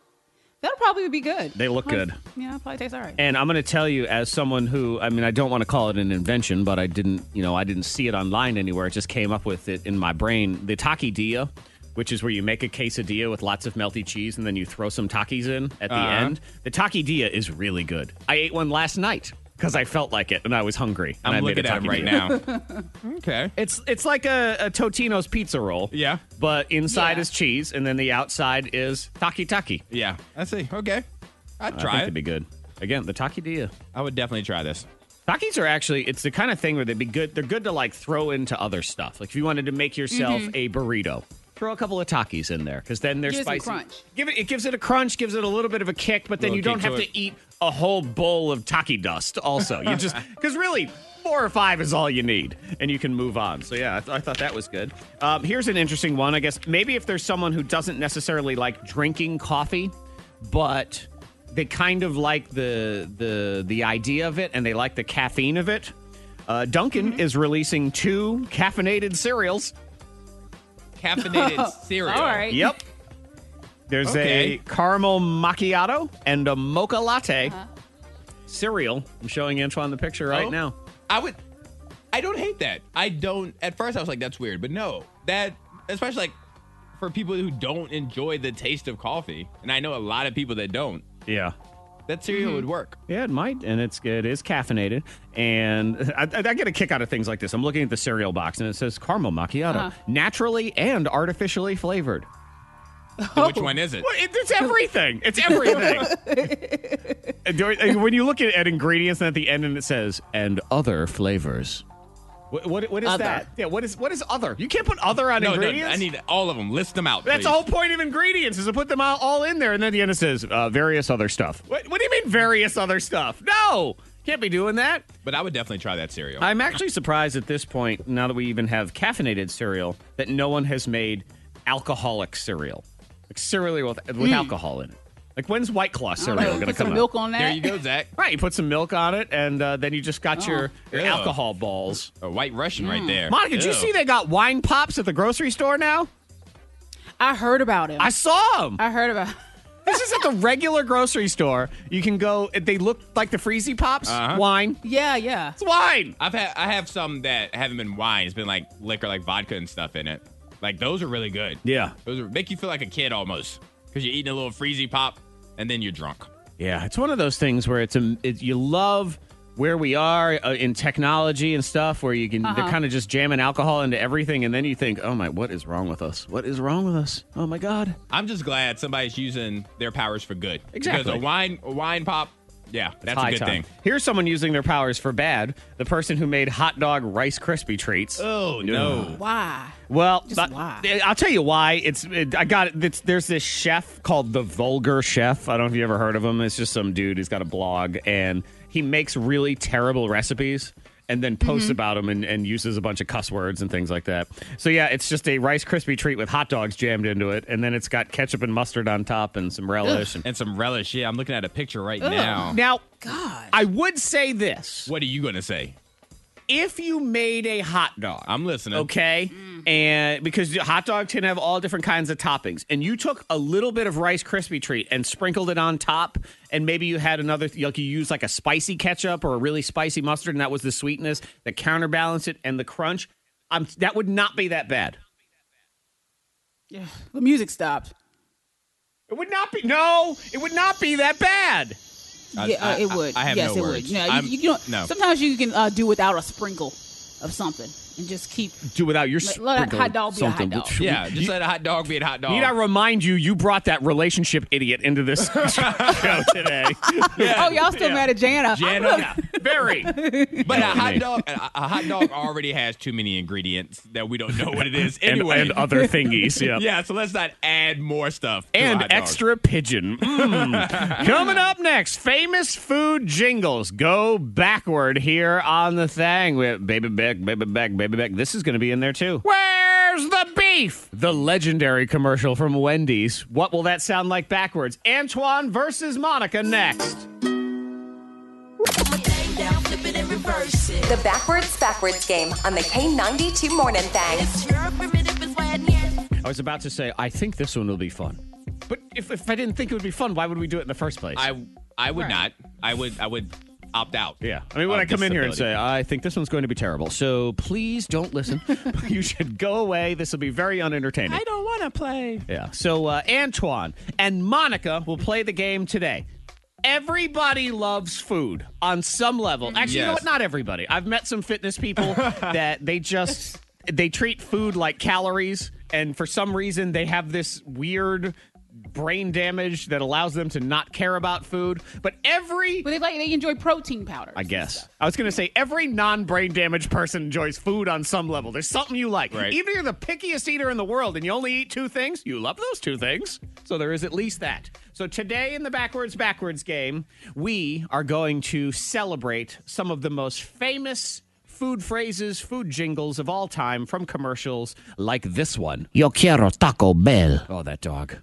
Speaker 6: That'll probably be good.
Speaker 4: They look
Speaker 6: Probably-
Speaker 4: good.
Speaker 6: Yeah, probably tastes all right.
Speaker 4: And I'm going to tell you, as someone who, I mean, I don't want to call it an invention, but I didn't, you know, I didn't see it online anywhere. It just came up with it in my brain. The taquidilla, which is where you make a quesadilla with lots of melty cheese and then you throw some takis in at the
Speaker 5: Uh-huh.
Speaker 4: end. The taquidilla is really good. I ate one last night because I felt like it and I was hungry. and I
Speaker 5: I'm
Speaker 4: made
Speaker 5: looking
Speaker 4: a
Speaker 5: at him right
Speaker 4: taquidilla.
Speaker 5: now. okay.
Speaker 4: It's it's like a, a Totino's pizza roll.
Speaker 5: Yeah.
Speaker 4: But inside
Speaker 6: Yeah.
Speaker 4: is cheese and then the outside is taki taki.
Speaker 5: Yeah. I see. Okay. I'd
Speaker 4: I think
Speaker 5: try
Speaker 4: it'd
Speaker 5: it.
Speaker 4: be good. Again, the taquidilla.
Speaker 5: I would definitely try this.
Speaker 4: Takis are actually it's the kind of thing where they'd be good they're good to like throw into other stuff. Like if you wanted to make yourself a burrito, throw a couple of Takis in there cuz then they're
Speaker 6: Mm-hmm. Gives it
Speaker 4: spicy.
Speaker 6: crunch.
Speaker 4: Give it it gives it a crunch, gives it a little bit of a kick, but then
Speaker 5: Little
Speaker 4: you don't
Speaker 5: kick to
Speaker 4: have to
Speaker 5: it.
Speaker 4: eat a whole bowl of Taki dust also. You just cuz really Four or five is all you need, and you can move on. So, yeah, I, th- I thought that was good. Um, here's an interesting one. I guess maybe if there's someone who doesn't necessarily like drinking coffee, but they kind of like the the the idea of it and they like the caffeine of it. Uh, Duncan
Speaker 5: Mm-hmm.
Speaker 4: is releasing two caffeinated cereals.
Speaker 5: Caffeinated cereal.
Speaker 6: all right.
Speaker 4: Yep. There's
Speaker 5: Okay.
Speaker 4: a caramel macchiato and a mocha latte cereal. I'm showing Antoine the picture right
Speaker 5: Uh-huh. Oh.
Speaker 4: now.
Speaker 5: I would. I don't hate that. I don't. At first, I was like, "That's weird," but no, that especially like for people who don't enjoy the taste of coffee, and I know a lot of people that don't.
Speaker 4: Yeah.
Speaker 5: That cereal
Speaker 6: Mm-hmm.
Speaker 5: would work.
Speaker 4: Yeah, it might, and it's it is caffeinated, and I, I- I get a kick out of things like this. I'm looking at the cereal box, and it says caramel macchiato,
Speaker 5: Uh-huh.
Speaker 4: naturally and artificially flavored.
Speaker 5: So
Speaker 4: Oh.
Speaker 5: which one is it?
Speaker 4: Well, it, it's everything. It's everything. And do- and when you look at, at ingredients and at the end, and it says and other flavors. What what, what is
Speaker 6: Other.
Speaker 4: that? Yeah, what is what is other? You can't put other on
Speaker 5: No, no,
Speaker 4: ingredients.
Speaker 5: I need all of them. List them out.
Speaker 4: That's
Speaker 5: please.
Speaker 4: the whole point of ingredients is to put them all, all in there, and then at the end it says uh, various other stuff. What, what do you mean various other stuff? No, can't be doing that.
Speaker 5: But I would definitely try that cereal.
Speaker 4: I'm actually surprised at this point, now that we even have caffeinated cereal, that no one has made alcoholic cereal, like cereal with, with alcohol in it. Like when's White Claw
Speaker 6: I don't
Speaker 4: cereal going
Speaker 6: know,
Speaker 4: to
Speaker 6: Hmm. Oh, put
Speaker 4: come
Speaker 6: some
Speaker 4: out?
Speaker 6: milk on that.
Speaker 5: there you go, Zach.
Speaker 4: Right, you put some milk on it, and uh, then you just got your,
Speaker 6: Oh.
Speaker 4: your
Speaker 5: Ew.
Speaker 4: alcohol balls.
Speaker 5: A white Russian right there.
Speaker 4: Mm. Monica, did you
Speaker 5: Ew.
Speaker 4: see they got wine pops at the grocery store now?
Speaker 6: I heard about it.
Speaker 4: I saw them.
Speaker 6: I heard about.
Speaker 4: This is at the regular grocery store. You can go. They look like the Freezy Pops.
Speaker 6: Uh-huh.
Speaker 4: Wine.
Speaker 6: Yeah, yeah.
Speaker 4: It's wine.
Speaker 5: I've had I have some that haven't been wine. It's been like liquor, like vodka and stuff in it. Like those are really good.
Speaker 4: Yeah.
Speaker 5: Those are, make you feel like a kid almost because you're eating a little freezy pop and then you're drunk.
Speaker 4: Yeah, it's one of those things where it's a it, you love where we are uh, in technology and stuff, where you can they're kind of just jamming alcohol into everything, and then you think, oh my, what is wrong with us? What is wrong with us? Oh my god.
Speaker 5: I'm just glad somebody's using their powers for good.
Speaker 4: Exactly.
Speaker 5: Because a wine a wine pop, yeah, that's
Speaker 4: High
Speaker 5: a good
Speaker 4: time.
Speaker 5: thing.
Speaker 4: Here's someone using their powers for bad. The person who made hot dog Rice Krispie treats.
Speaker 5: Oh no.
Speaker 6: Why?
Speaker 4: Well,
Speaker 6: Just
Speaker 4: but- eh,
Speaker 6: why?
Speaker 4: I'll tell you why. It's it, I got it. It's, there's this chef called the Vulgar Chef. I don't know if you ever heard of him. It's just some dude who's got a blog and he makes really terrible recipes and then posts
Speaker 6: Mm-hmm.
Speaker 4: about 'em about them and, and uses a bunch of cuss words and things like that. So yeah, it's just a Rice Krispie treat with hot dogs jammed into it, and then it's got ketchup and mustard on top and some relish. And,
Speaker 5: And some relish. Yeah, I'm looking at a picture right now.
Speaker 4: now,
Speaker 6: God.
Speaker 4: I would say this:
Speaker 5: What are you gonna say?
Speaker 4: if you made a hot dog,
Speaker 5: I'm listening.
Speaker 4: Okay. And because the hot dogs can have all different kinds of toppings. And you took a little bit of Rice Krispie treat and sprinkled it on top. And maybe you had another, like you used like a spicy ketchup or a really spicy mustard. And that was the sweetness that counterbalanced it and the crunch. Um, that would not be that bad.
Speaker 6: Yeah. The music stopped.
Speaker 4: It would not be. No, it would not be that bad.
Speaker 5: I-
Speaker 6: yeah, uh,
Speaker 5: I-
Speaker 6: it would.
Speaker 5: I- I have
Speaker 6: yes,
Speaker 5: no
Speaker 6: it
Speaker 5: words.
Speaker 6: would. No,
Speaker 5: I'm-
Speaker 6: you, you know,
Speaker 5: no.
Speaker 6: Sometimes you can uh, do without a sprinkle of something and just keep.
Speaker 4: Do without your
Speaker 6: Let- let a
Speaker 4: sprinkling
Speaker 6: hot dog be a hot
Speaker 4: something.
Speaker 6: dog.
Speaker 5: Yeah, just let a hot dog be a hot dog.
Speaker 4: Need I remind you, you brought that relationship idiot into this show today.
Speaker 6: Oh, y'all still mad at Jana?
Speaker 5: Jana.
Speaker 4: Very.
Speaker 5: But a hot dog, a, a hot dog already has too many ingredients that we don't know what it is
Speaker 4: And,
Speaker 5: anyway.
Speaker 4: and other thingies. Yeah.
Speaker 5: yeah, so let's not add more stuff. to a
Speaker 4: and
Speaker 5: hot dog.
Speaker 4: extra pigeon. Mm. Coming up next, famous food jingles go backward here on the thing with baby back, baby back, baby back. This is going to be in there too. Where's the beef? The legendary commercial from Wendy's. What will that sound like backwards? Antoine versus Monica next.
Speaker 2: The backwards, backwards game on the K92 Morning Thing.
Speaker 4: I was about to say, I think this one will be fun. But if, if I didn't think it would be fun, why would we do it in the first place?
Speaker 5: I I would not. I would I would opt out.
Speaker 4: Yeah. I mean, when
Speaker 5: of
Speaker 4: I come in here and
Speaker 5: disability.
Speaker 4: say, I think this one's going to be terrible, so please don't listen. you should go away. This will be very unentertaining.
Speaker 5: I don't want to play.
Speaker 4: Yeah. So, uh, Antoine and Monica will play the game today. Everybody loves food on some level. Actually, you know
Speaker 5: Yes.
Speaker 4: what? Not everybody. I've met some fitness people that they just they treat food like calories and for some reason they have this weird brain damage that allows them to not care about food. But every
Speaker 6: But they like they enjoy protein powders.
Speaker 4: I guess. I was going to say every non-brain damaged person enjoys food on some level. There's something you like.
Speaker 5: Right.
Speaker 4: Even if you're the pickiest eater in the world and you only eat two things, you love those two things. So there is at least that. So today in the backwards backwards game, we are going to celebrate some of the most famous food phrases, food jingles of all time from commercials like this one. Yo quiero Taco Bell. Oh, that dog.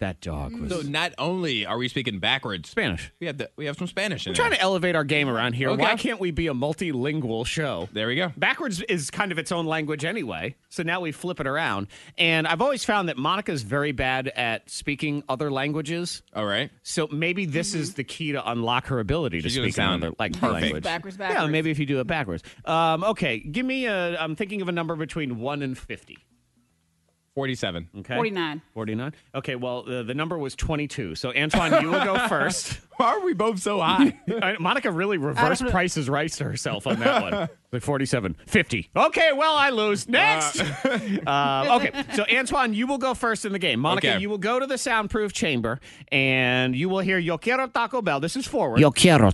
Speaker 4: That dog was
Speaker 5: So not only are we speaking backwards,
Speaker 4: Spanish.
Speaker 5: we have the, we have some Spanish in
Speaker 4: Trying
Speaker 5: there.
Speaker 4: to elevate our game around here.
Speaker 5: Okay.
Speaker 4: Why can't we be a multilingual show?
Speaker 5: there we go.
Speaker 4: Backwards is kind of its own language anyway. So now we flip it around. And I've always found that Monica's very bad at speaking other languages.
Speaker 5: All right.
Speaker 4: So maybe this is the key to unlock her ability
Speaker 5: Mm-hmm. She's
Speaker 4: to
Speaker 5: gonna
Speaker 4: speak
Speaker 5: sound
Speaker 4: another like
Speaker 5: perfect.
Speaker 4: language.
Speaker 6: Backwards,
Speaker 4: Yeah,
Speaker 6: backwards.
Speaker 4: maybe if you do it backwards. Um, okay, give me a. I'm thinking of a number between one and fifty.
Speaker 5: Forty-seven.
Speaker 4: Okay,
Speaker 6: 49.
Speaker 4: Forty-nine. Okay, well uh, the number was twenty-two. So Antoine, you will go first.
Speaker 5: Why are we both so high?
Speaker 4: I- Monica really reverse prices right to herself on that one. Like 47, 50. Okay, well, I lose. Next. Uh, okay, so Antoine, you will go first in the game. Monica,
Speaker 5: Okay.
Speaker 4: you will go to the soundproof chamber and you will hear Yo quiero Taco Bell. This is forward. Yo quiero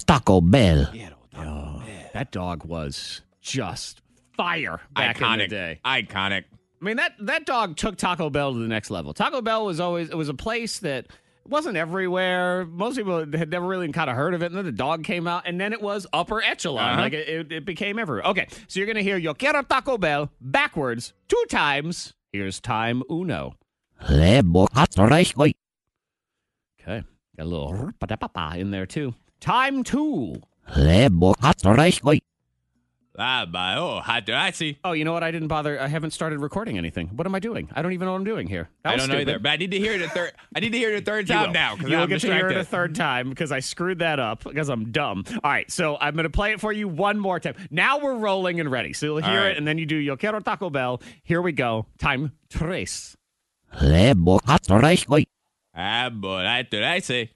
Speaker 4: Taco Bell. that dog was just fire back in the
Speaker 5: Iconic.
Speaker 4: day.
Speaker 5: Iconic.
Speaker 4: I mean that that dog took Taco Bell to the next level. Taco Bell was always it was a place that wasn't everywhere. Most people had never really kind of heard of it. And then the dog came out, and then it was upper echelon.
Speaker 5: Uh-huh.
Speaker 4: Like it, it, it became everywhere. Okay, so you're gonna hear Yo quiero Taco Bell backwards two times. Here's time uno. Okay, got a little in there too. Time two.
Speaker 5: Ah, bye. Oh, hot dog. I see.
Speaker 4: Oh, you know what? I didn't bother. I haven't started recording anything. What am I doing? I don't even know what I'm doing here. That
Speaker 5: I
Speaker 4: was
Speaker 5: don't know
Speaker 4: stupid.
Speaker 5: either, but I need to hear it a third. I need to hear it a third
Speaker 4: You
Speaker 5: time
Speaker 4: will.
Speaker 5: now because
Speaker 4: you will
Speaker 5: I'm
Speaker 4: get to hear
Speaker 5: distracted.
Speaker 4: it a third time because I screwed that up because I'm dumb. All right, so I'm going to play it for you one more time. Now we're rolling and ready. So you'll hear
Speaker 5: right.
Speaker 4: it, and then you do Yo Quiero Taco Bell. Here we go. Time tres.
Speaker 5: Ah, boy. I did. I see.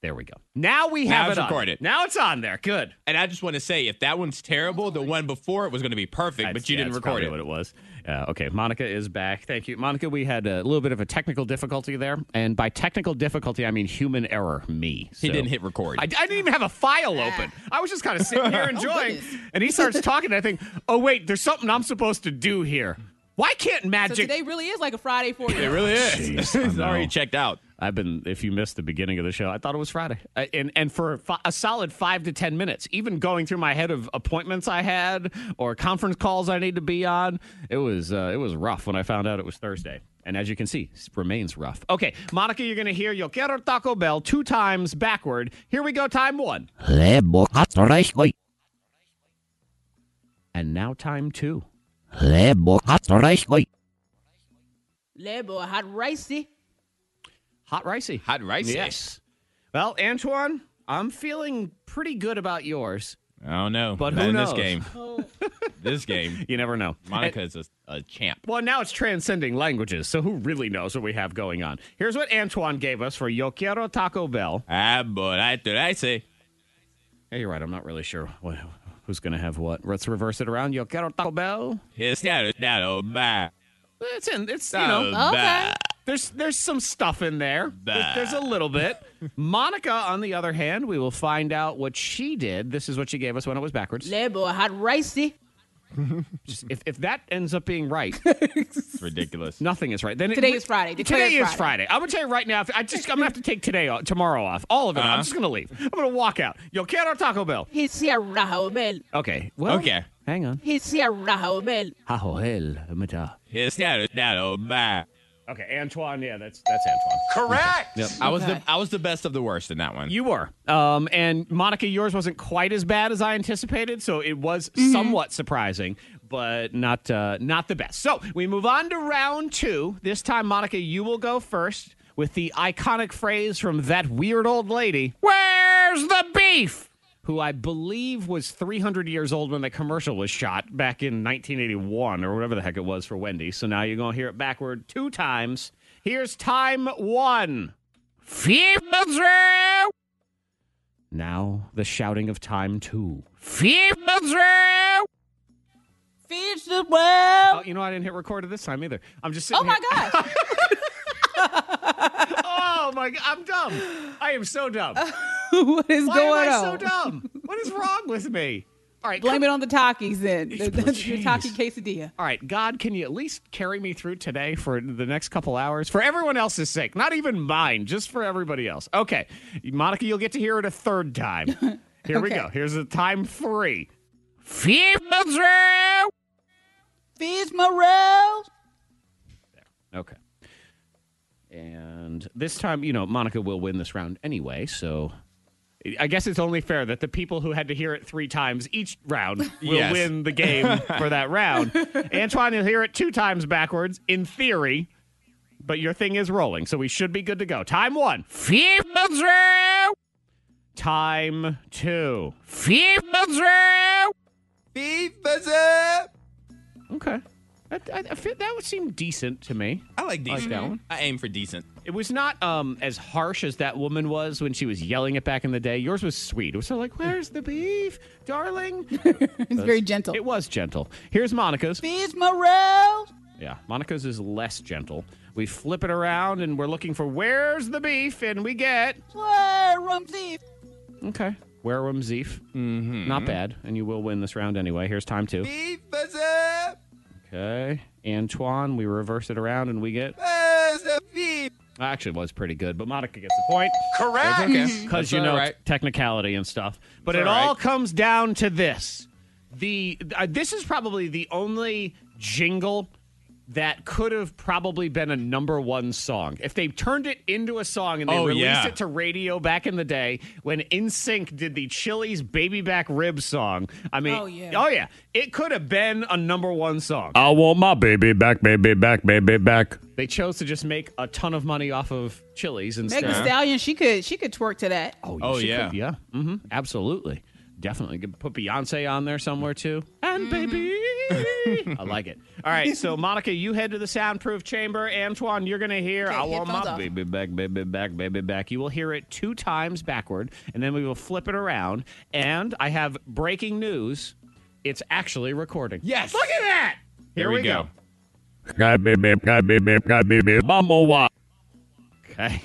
Speaker 4: There we go. Now we have
Speaker 5: Now
Speaker 4: it
Speaker 5: it's
Speaker 4: on.
Speaker 5: recorded.
Speaker 4: Now it's on there. Good.
Speaker 5: And I just want to say, if that one's terrible, the one before it was going to be perfect, but
Speaker 4: That's-
Speaker 5: you
Speaker 4: yeah,
Speaker 5: didn't
Speaker 4: that's
Speaker 5: record
Speaker 4: probably What
Speaker 5: it.
Speaker 4: it was. Uh, okay, Monica is back. Thank you, Monica. We had a little bit of a technical difficulty there, and by technical difficulty, I mean human error. Me.
Speaker 5: He
Speaker 4: So-
Speaker 5: didn't hit record.
Speaker 4: I, I didn't even have a file open. I was just kind of sitting here enjoying,
Speaker 6: goodness.
Speaker 4: and he starts talking. And I think, oh wait, there's something I'm supposed to do here. Why can't
Speaker 6: So
Speaker 4: magic?
Speaker 6: today really is like a Friday for
Speaker 5: it
Speaker 6: you.
Speaker 5: really is.
Speaker 4: Jeez, I
Speaker 5: It's already
Speaker 4: know.
Speaker 5: checked out.
Speaker 4: I've been. If you missed the beginning of the show, I thought it was Friday, I, and and for fi- a solid five to ten minutes, even going through my head of appointments I had or conference calls I need to be on, it was uh, it was rough when I found out it was Thursday. And as you can see, it remains rough. Okay, Monica, you're going to hear Yo Quiero Taco Bell two times backward. Here we go, time one. And now time two.
Speaker 6: Lebo hot ricey.
Speaker 4: Hot ricey.
Speaker 5: Hot rice.
Speaker 4: Yes. Well, Antoine, I'm feeling pretty good about yours.
Speaker 5: I don't know.
Speaker 4: But
Speaker 5: Not
Speaker 4: who
Speaker 5: in
Speaker 4: knows?
Speaker 5: this game.
Speaker 4: Oh.
Speaker 5: this game.
Speaker 4: You never know.
Speaker 5: Monica is a, a champ.
Speaker 4: Well, now it's transcending languages, so who really knows what we have going on? Here's what Antoine gave us for Yo Quiero Taco Bell.
Speaker 5: Ah, boy. I did. I see.
Speaker 4: Hey, you're right. I'm not really sure what, who's going to have what. Let's reverse it around. Yo Quiero Taco Bell.
Speaker 5: It's that. That. Oh, bye.
Speaker 4: It's in. It's you know.
Speaker 5: Oh, bye.
Speaker 4: There's there's some stuff in there.
Speaker 5: Bah.
Speaker 4: There's a little bit. Monica, on the other hand, we will find out what she did. This is what she gave us when it was backwards.
Speaker 6: Lebo hot ricey.
Speaker 4: Just- if if that ends up being right,
Speaker 5: It's ridiculous.
Speaker 4: Nothing is right. Then it-
Speaker 6: Today is Friday. Declare
Speaker 4: Today is
Speaker 6: Friday.
Speaker 4: Friday. I'm gonna tell you right now. If I just I'm gonna have to take today off, tomorrow off, all of it. I'm just gonna leave. I'm gonna walk out. Yo quiero Taco Bell.
Speaker 6: He's here Rahel Bell.
Speaker 4: Okay. Well,
Speaker 5: Okay.
Speaker 4: Hang on.
Speaker 6: He's here Rahel Bell.
Speaker 4: Hahohel mata.
Speaker 5: It's that. That. Oh, bye.
Speaker 4: Okay, Antoine. Yeah, that's that's Antoine.
Speaker 7: Correct.
Speaker 5: I was the I was the best of the worst in that one.
Speaker 4: You were. Um, and Monica, yours wasn't quite as bad as I anticipated, so it was somewhat surprising, but not uh, not the best. So we move on to round two. This time, Monica, you will go first with the iconic phrase from that weird old lady. Where's the beef? Who I believe was 300 years old when the commercial was shot back in 1981 or whatever the heck it was for Wendy. So now you're going to hear it backward two times. Here's time one. Fever now the shouting of time two.
Speaker 6: Feeds the world.
Speaker 4: Oh, you know I didn't hit record this time either. I'm just sitting
Speaker 6: Oh my
Speaker 4: here-
Speaker 6: gosh.
Speaker 4: Oh my god, I'm dumb. I am so dumb.
Speaker 6: what is
Speaker 4: Why am
Speaker 6: going
Speaker 4: I
Speaker 6: on?
Speaker 4: so dumb? What is wrong with me? All right,
Speaker 6: Blame
Speaker 4: come-
Speaker 6: it on the Takis then. Your
Speaker 4: Jeez.
Speaker 6: Taki quesadilla.
Speaker 4: All right, God, can you at least carry me through today for the next couple hours? For everyone else's sake, not even mine, just for everybody else. Okay, Monica, you'll get to hear it a third time. Here we
Speaker 6: Okay.
Speaker 4: go. Here's the time three.
Speaker 6: Feeds morels.
Speaker 4: Okay. And this time, you know, Monica will win this round anyway, so I guess it's only fair that the people who had to hear it three times each round will
Speaker 5: Yes.
Speaker 4: win the game for that round. Antoine will hear it two times backwards, in theory, but your thing is rolling, so we should be good to go. Time one. Time two. Okay. That, I, I feel- that would seem decent to me.
Speaker 5: I like decent.
Speaker 4: that one.
Speaker 5: I aim for decent.
Speaker 4: It was not um, as harsh as that woman was when she was yelling it back in the day. Yours was sweet. It was sort of like, "Where's the beef, darling?"
Speaker 6: It's very gentle.
Speaker 4: it was gentle. Here's Monica's.
Speaker 6: Feeds morels.
Speaker 4: Yeah, Monica's is less gentle. We flip it around and we're looking for "Where's the beef?" and we get
Speaker 6: Plurums if.
Speaker 4: okay. Whereum Zeef. Mm-hmm. Not bad, and you will win this round anyway. Here's time two. Okay, Antoine. We reverse it around and we get. Actually, it was pretty good, but Monica gets the point.
Speaker 7: Correct.
Speaker 4: because
Speaker 5: That's
Speaker 4: you
Speaker 5: all
Speaker 4: know
Speaker 5: right.
Speaker 4: t- technicality and stuff. But
Speaker 5: That's
Speaker 4: it
Speaker 5: all
Speaker 4: all
Speaker 5: right.
Speaker 4: comes down to this: the uh, this is probably the only jingle that could have probably been a number one song if they turned it into a song and they
Speaker 5: Oh,
Speaker 4: released
Speaker 5: yeah.
Speaker 4: it to radio back in the day when InSync did the Chili's Baby Back Rib song. I mean,
Speaker 6: Oh, yeah.
Speaker 4: oh yeah, it could have been a number one song.
Speaker 10: I want my baby back, baby back, baby back.
Speaker 4: They chose to just make a ton of money off of Chili's instead.
Speaker 6: Meg Thee Stallion, she could she could twerk to that.
Speaker 4: Oh,
Speaker 5: Oh,
Speaker 4: she
Speaker 5: yeah.
Speaker 4: could- yeah. hmm Absolutely. Definitely. Could put Beyonce on there somewhere too. And baby. I like it. All right. So, Monica, you head to the soundproof chamber. Antoine, you're going to hear
Speaker 6: Okay,
Speaker 4: I want my
Speaker 6: headphones off.
Speaker 4: baby back, baby back, baby back. You will hear it two times backward, and then we will flip it around. And I have breaking news it's actually recording.
Speaker 5: Yes.
Speaker 4: Look at that. Here
Speaker 5: There we go.
Speaker 10: Baby, baby, baby, baby, baby, mama wa.
Speaker 4: Okay.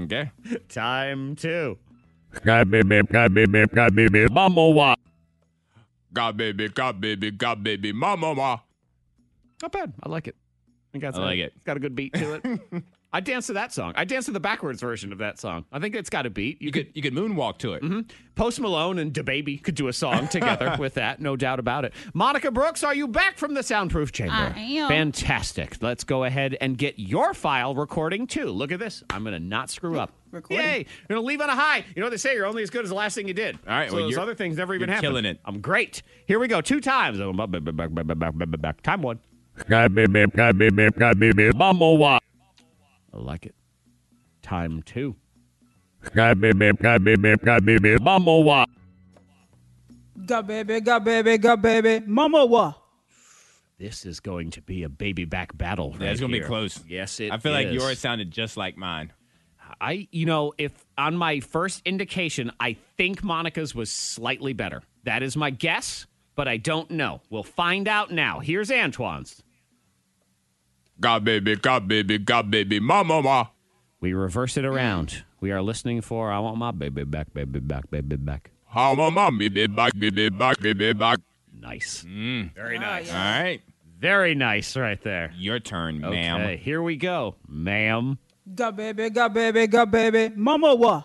Speaker 5: Okay.
Speaker 4: Time two.
Speaker 10: Baby, baby, baby, baby, mama wa.
Speaker 5: God baby, God baby, God baby, mama, mama.
Speaker 4: Not bad. I like it. I, think that's
Speaker 5: I like it.
Speaker 4: It's got a good beat to it. I danced to that song. I danced to the backwards version of that song. I think it's got a beat. You
Speaker 5: You
Speaker 4: could
Speaker 5: could you could moonwalk to it.
Speaker 4: Post Malone and DaBaby could do a song together with that, no doubt about it. Monica Brooks, are you back from the soundproof chamber?
Speaker 6: I am.
Speaker 4: Fantastic. Let's go ahead and get your file recording too. Look at this. I'm going to not screw up.
Speaker 6: Recording.
Speaker 4: Yay! You're gonna leave on a high. You know what they say? You're only as good as the last thing you did.
Speaker 5: All right,
Speaker 4: So
Speaker 5: well,
Speaker 4: those
Speaker 5: you're-
Speaker 4: other things never
Speaker 5: you're
Speaker 4: even happened.
Speaker 5: killing it.
Speaker 4: I'm great. Here we go. Two times. Oh, Time one.
Speaker 10: Baby, baby, baby, baby, mama wa.
Speaker 4: I like it. Time two.
Speaker 10: Baby, baby, baby, baby, mama wa.
Speaker 6: Go baby, go baby, go baby, mama wa.
Speaker 4: This is going to be a baby back battle.
Speaker 5: Yeah,
Speaker 4: right
Speaker 5: it's gonna be
Speaker 4: here.
Speaker 5: close.
Speaker 4: Yes, it.
Speaker 5: I feel like
Speaker 4: is.
Speaker 5: yours sounded just like mine.
Speaker 4: I, you know, if on my first indication, I think Monica's was slightly better. That is my guess, but I don't know. We'll find out now. Here's Antoine's.
Speaker 5: God baby, God baby, God baby, mama, mama.
Speaker 4: We reverse it around. We are listening for "I Want My Baby Back, Baby Back, Baby Back."
Speaker 5: How mama, baby, back, baby, back, baby, back.
Speaker 4: Nice,
Speaker 5: Very nice. All right,
Speaker 4: very nice, right there.
Speaker 5: your turn,
Speaker 4: Okay,
Speaker 5: ma'am.
Speaker 4: here we go, ma'am.
Speaker 6: Go baby, go baby, go baby, mama wa.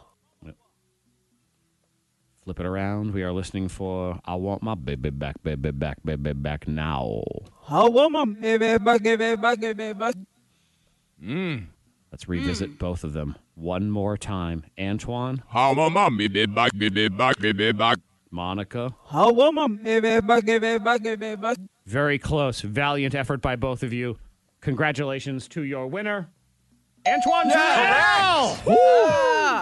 Speaker 4: Flip it around. We are listening for I Want My Baby Back, Baby Back, Baby Back Now.
Speaker 6: How woman, baby, baby, baby, baby.
Speaker 4: Let's revisit both of them one more time. Antoine,
Speaker 5: How mama, baby, back, baby, back, baby, back.
Speaker 4: Monica.
Speaker 6: How woman, baby, baby, baby, baby.
Speaker 4: Very close. Valiant effort by both of you. Congratulations to your winner, Antoine Terrell. Woo!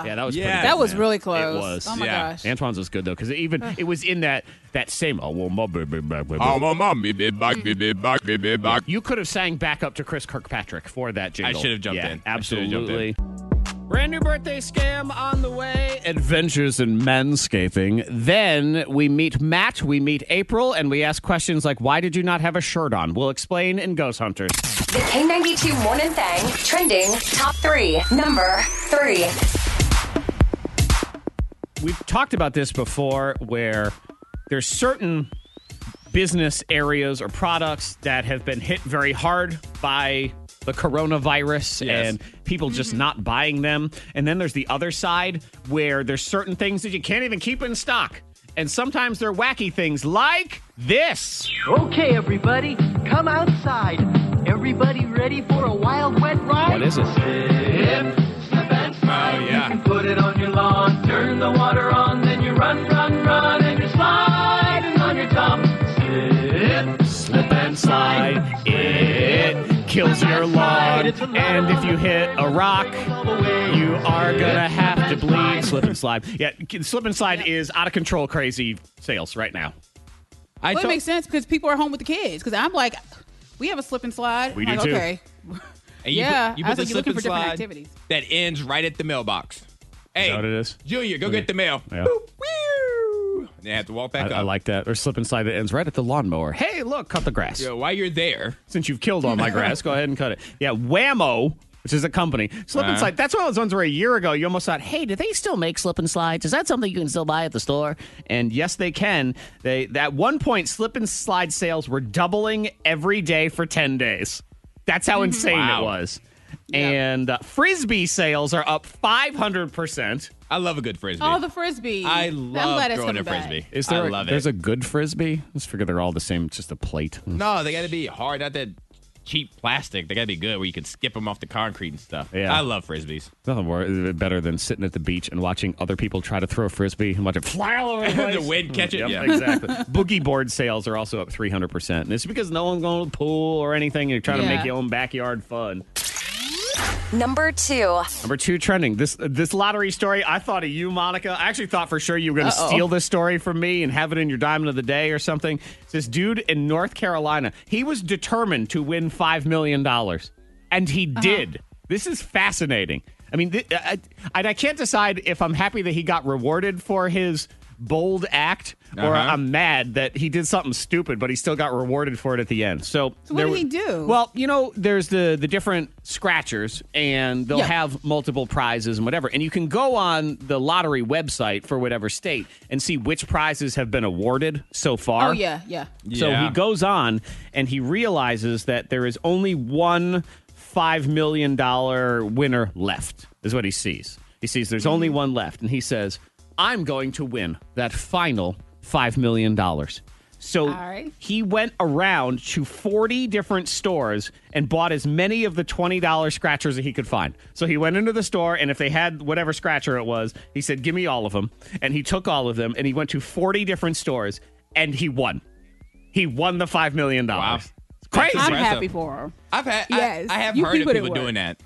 Speaker 4: Yeah, that was
Speaker 5: Yeah.
Speaker 4: pretty
Speaker 5: That
Speaker 6: That
Speaker 4: good,
Speaker 6: was
Speaker 4: man.
Speaker 6: really close.
Speaker 4: It was.
Speaker 6: Oh my
Speaker 5: Yeah.
Speaker 6: gosh.
Speaker 4: Antoine's was good though, because even it was in that that same. I want my baby back, baby.
Speaker 5: How mama, baby, back, baby, back, baby, back.
Speaker 4: You could have sang back up to Chris Kirkpatrick for that jingle.
Speaker 5: should have jumped
Speaker 4: Yeah,
Speaker 5: in. I should have jumped
Speaker 4: Absolutely.
Speaker 5: in.
Speaker 4: Brand new birthday scam on the way. Adventures in manscaping. Then we meet Matt, we meet April, and we ask questions like, why did you not have a shirt on? We'll explain in Ghost Hunters.
Speaker 2: The K92 Morning Thang trending top three. Number three.
Speaker 4: We've talked about this before where there's certain business areas or products that have been hit very hard by the coronavirus
Speaker 5: Yes.
Speaker 4: and people just not buying them. And then there's the other side where there's certain things that you can't even keep in stock. And sometimes they're wacky things like this.
Speaker 10: Okay, everybody, come outside. Everybody ready for a wild, wet ride?
Speaker 4: What is it?
Speaker 5: Oh yeah.
Speaker 10: Put it on your lawn, turn the water on, then you run, run, run, and you're sliding on your top. Slip, slip and
Speaker 4: Slide. It kills your lawn. And if you hit a rock, You are gonna have to bleed. Slip and slide. Yeah, k- slip and slide is out of control, crazy sales right now.
Speaker 5: I
Speaker 6: Well, it
Speaker 5: told-
Speaker 6: makes sense because people are home with the kids. Because I'm like, we have a slip and slide.
Speaker 4: We
Speaker 6: I'm
Speaker 4: do
Speaker 6: like,
Speaker 4: too.
Speaker 6: Okay.
Speaker 5: And you
Speaker 6: Yeah,
Speaker 5: put, you put the
Speaker 6: I was like, you're
Speaker 5: slip
Speaker 6: looking
Speaker 5: and
Speaker 6: for different
Speaker 5: slide
Speaker 6: activities.
Speaker 5: that ends right at the mailbox. Hey,
Speaker 4: that what it is?
Speaker 5: Junior, go get the mail.
Speaker 4: Yeah.
Speaker 5: Boop, whew. And they have to walk
Speaker 4: I,
Speaker 5: back up.
Speaker 4: I like that. Or slip and slide that ends right at the lawnmower. Hey, look, cut the grass.
Speaker 5: Yo, while you're there,
Speaker 4: Since you've killed all my grass, go ahead and cut it. Yeah, Whammo, which is a company. Slip and
Speaker 5: Uh-huh.
Speaker 4: slide. That's one of those ones where a year ago you almost thought, hey, do they still make slip and slides? Is that something you can still buy at the store? And yes, they can. They at one point slip and slide sales were doubling every day for ten days. That's how insane it
Speaker 5: Mm-hmm. Wow.
Speaker 4: was. And uh, frisbee sales are up five hundred percent.
Speaker 5: I love a good frisbee.
Speaker 6: All Oh, the frisbee.
Speaker 5: I
Speaker 6: I'm
Speaker 5: love
Speaker 6: glad it's
Speaker 5: throwing a
Speaker 6: coming back.
Speaker 5: frisbee.
Speaker 4: Is there?
Speaker 5: I
Speaker 4: a-
Speaker 5: love
Speaker 4: there's
Speaker 5: it.
Speaker 4: a good frisbee. Let's figure they're all the same. It's just a plate.
Speaker 5: no, they got to be hard, not that cheap plastic. They gotta be good where you can skip them off the concrete and stuff.
Speaker 4: Yeah.
Speaker 5: I love frisbees.
Speaker 4: Nothing more better than sitting at the beach and watching other people try to throw a frisbee and watch it fly all over the
Speaker 5: The
Speaker 4: place.
Speaker 5: wind catch it,
Speaker 4: Yep,
Speaker 5: yeah.
Speaker 4: exactly. Boogie board sales are also up 300%. And it's because no one's going to the pool or anything. You're trying to
Speaker 6: Yeah.
Speaker 4: make your own backyard fun.
Speaker 2: Number two.
Speaker 4: Number two trending. This this lottery story, I thought of you, Monica. I actually thought for sure you were going to
Speaker 6: Uh-oh.
Speaker 4: steal this story from me and have it in your diamond of the day or something. It's this dude in North Carolina, he was determined to win $5 million, and he
Speaker 6: Uh-huh.
Speaker 4: did. This is fascinating. I mean, th- I, I, I can't decide if I'm happy that he got rewarded for his bold act or
Speaker 5: Uh-huh.
Speaker 4: I'm mad that he did something stupid, but he still got rewarded for it at the end. So,
Speaker 6: So what
Speaker 4: there
Speaker 6: did
Speaker 4: were-
Speaker 6: he do?
Speaker 4: Well, well, you know, there's the the different scratchers, and they'll
Speaker 6: Yeah.
Speaker 4: have multiple prizes and whatever. And you can go on the lottery website for whatever state and see which prizes have been awarded so far.
Speaker 6: Oh yeah, yeah.
Speaker 4: So
Speaker 5: Yeah.
Speaker 4: he goes on and he realizes that there is only one $5 million winner left, is what he sees. He sees there's only one left. And he says, I'm going to win that final $5 million. So
Speaker 6: right.
Speaker 4: he went around to 40 different stores and bought as many of the $20 scratchers that he could find. So he went into the store, and if they had whatever scratcher it was, he said, Give me all of them. And he took all of them and he went to 40 different stores and he won. He won the five million dollars. It's Crazy.
Speaker 6: I'm
Speaker 5: Impressive.
Speaker 6: happy for him.
Speaker 5: I've had
Speaker 6: Yes.
Speaker 5: I, I have
Speaker 6: You
Speaker 5: heard of
Speaker 6: people that
Speaker 5: people
Speaker 6: work.
Speaker 5: doing that.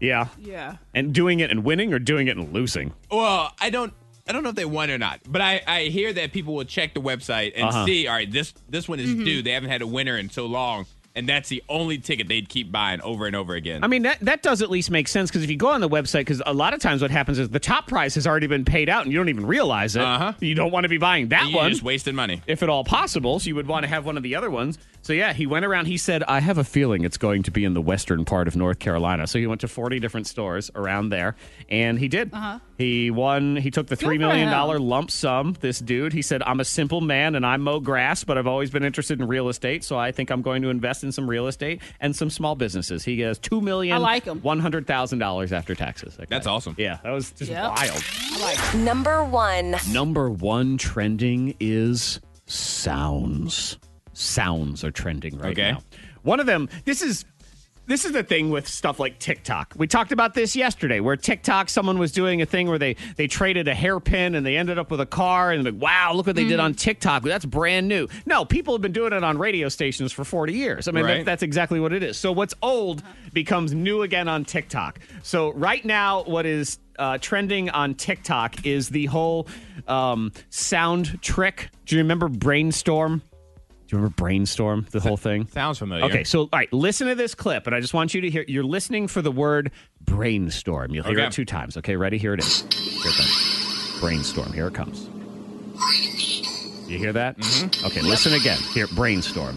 Speaker 4: yeah.
Speaker 6: Yeah.
Speaker 4: And doing it and winning or doing it and losing.
Speaker 5: Well, I don't I don't know if they won or not, but I, I hear that people will check the website and
Speaker 4: Uh-huh.
Speaker 5: see, all right, this this one is
Speaker 6: Mm-hmm.
Speaker 5: due. They haven't had a winner in so long, and that's the only ticket they'd keep buying over and over again.
Speaker 4: I mean that that does at least make sense because if you go on the website, because a lot of times what happens is the top prize has already been paid out and you don't even realize it.
Speaker 5: Uh-huh.
Speaker 4: You don't want to be buying that
Speaker 5: You're
Speaker 4: one.
Speaker 5: just wasting money.
Speaker 4: if at all possible, so you would want to have one of the other ones. So yeah, he went around. He said, "I have a feeling it's going to be in the western part of North Carolina." So he went to forty different stores around there, and he did. Uh-huh. He won. He took the three million
Speaker 6: him.
Speaker 4: dollar lump sum. This dude, he said, "I'm a simple man and I mow grass, but I've always been interested in real estate, so I think I'm going to invest in some real estate and some small businesses." He has two million.
Speaker 6: I like him.
Speaker 4: One hundred thousand dollars after taxes. That
Speaker 5: That's
Speaker 4: guy.
Speaker 5: awesome.
Speaker 4: Yeah, that was just
Speaker 6: Yep.
Speaker 4: wild.
Speaker 2: Number one.
Speaker 4: Number one trending is sounds. Sounds are trending right
Speaker 5: Okay.
Speaker 4: now. One of them, this is this is the thing with stuff like TikTok. We talked about this yesterday where TikTok someone was doing a thing where they they traded a hairpin and they ended up with a car and like wow, look what they did on TikTok. That's brand new. No, people have been doing it on radio stations for 40 years. I mean,
Speaker 5: Right.
Speaker 4: that, that's exactly what it is. So what's old becomes new again on TikTok. So right now what is uh, trending on TikTok is the whole um, sound trick. Do you remember brainstorm? Do you remember brainstorm? The whole thing.
Speaker 5: Sounds familiar.
Speaker 4: Okay, so all right, listen to this clip, and I just want you to hear. You're listening for the word brainstorm. You'll hear
Speaker 5: Okay.
Speaker 4: it two times. Okay, ready? Here it is. Here it comes. Brainstorm. Here it comes. You hear that?
Speaker 5: Mm-hmm.
Speaker 4: Okay, listen again. Here, brainstorm.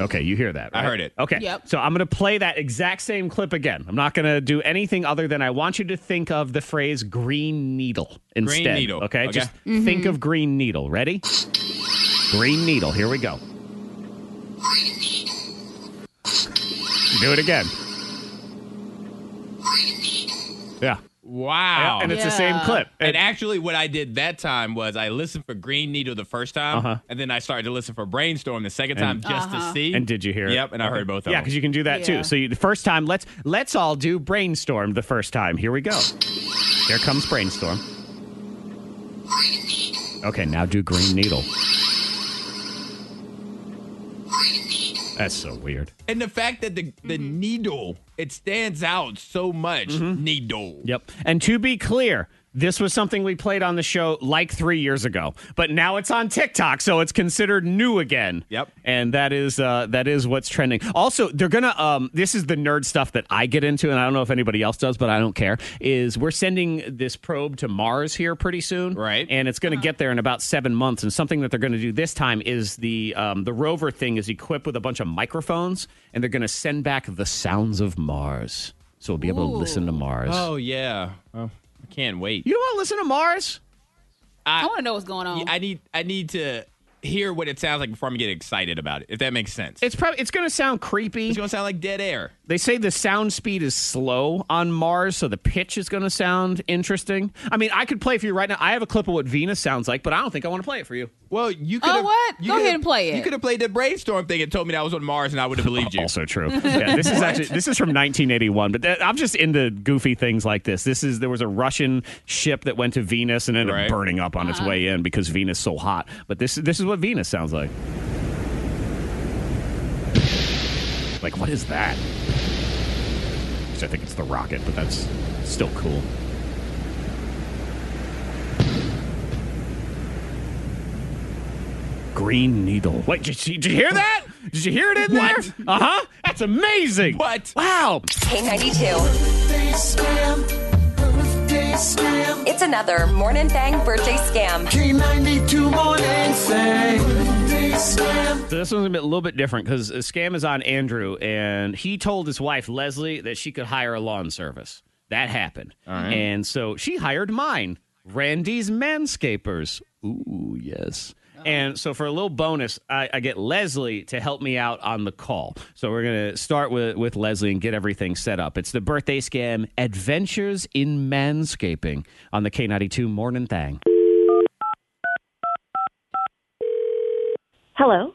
Speaker 4: Okay, you hear that?
Speaker 5: I
Speaker 4: right?
Speaker 5: heard it.
Speaker 4: Okay.
Speaker 6: Yep.
Speaker 4: So I'm going to play that exact same clip again. I'm not going to do anything other than I want you to think of the phrase green needle instead.
Speaker 5: needle.
Speaker 4: Okay.
Speaker 5: Okay.
Speaker 4: Just
Speaker 6: Mm-hmm.
Speaker 4: think of green needle. Ready? Green needle. Here we go. Do it again. Yeah.
Speaker 5: Wow.
Speaker 4: And
Speaker 5: and,
Speaker 4: it's the same
Speaker 6: Yeah.
Speaker 4: clip.
Speaker 5: actually, what I did that time was I listened for Green Needle the first time, and then I started to listen for Brainstorm the second time just to see.
Speaker 4: Uh-huh. And did you hear? it?
Speaker 5: Yep, and I heard both of
Speaker 4: Yeah,
Speaker 5: them.
Speaker 4: because you can do that
Speaker 6: Yeah.
Speaker 4: too. So you, the first time, let's let's all do brainstorm the first time. Here we go. Here comes brainstorm. Okay, now do green needle. That's so weird.
Speaker 5: and the fact that the the needle it stands out so much. Needle.
Speaker 4: Mm-hmm. Yep. And to be clear, this was something we played on the show like three years ago, but now it's on TikTok, so it's considered new again.
Speaker 5: Yep.
Speaker 4: And that is uh, that is what's trending. Also, they're gonna. Um, this is the nerd stuff that I get into, and I don't know if anybody else does, but I don't care. Is we're sending this probe to Mars here pretty soon,
Speaker 5: Right.
Speaker 4: And it's gonna get there in about seven months. And something that they're gonna do this time is the um, the rover thing is equipped with a bunch of microphones, and they're gonna send back the sounds of Mars, so we'll be able to listen to Mars.
Speaker 5: Oh yeah. Oh, I can't wait.
Speaker 4: You don't want to listen to Mars?
Speaker 6: I want to know what's going on.
Speaker 5: Yeah, I need I need to hear what it sounds like before I'm getting excited about it. If that makes sense,
Speaker 4: It's probably it's going to sound creepy.
Speaker 5: It's gonna sound like dead air.
Speaker 4: They say the sound speed is slow on Mars, so the pitch is going to sound interesting. I mean, I could play for you right now. I have a clip of what Venus sounds like, but I don't think I want to play it for you.
Speaker 5: Well, you could.
Speaker 6: Oh, what?
Speaker 5: You
Speaker 6: Go ahead
Speaker 5: could've-
Speaker 6: and play it.
Speaker 5: You could have played the brainstorm thing and told me that I was on Mars, and I would have believed you.
Speaker 4: Also true. Yeah, this is actually this is from 1981, but that, I'm just into goofy things like this. This is there was a Russian ship that went to Venus and ended
Speaker 5: Right.
Speaker 4: up burning up on its way in because Venus so hot. But this this is what Venus sounds like. Like what is that? Which I think it's the rocket, but that's still cool. Green needle. Wait, did you, did you hear that? Did you hear it in there?
Speaker 5: What?
Speaker 4: Uh huh. That's amazing.
Speaker 5: What?
Speaker 4: Wow.
Speaker 2: K92. It's another Morning Thang birthday scam.
Speaker 4: So this one's a, bit, a little bit different because the scam is on Andrew, and he told his wife Leslie that she could hire a lawn service. That happened, and so she hired mine, Randy's Manscapers. Ooh, yes. And so for a little bonus, I, I get Leslie to help me out on the call. So we're gonna start with with Leslie and get everything set up. It's the birthday scam, Adventures in Manscaping, on the K ninety two Morning Thang.
Speaker 9: Hello.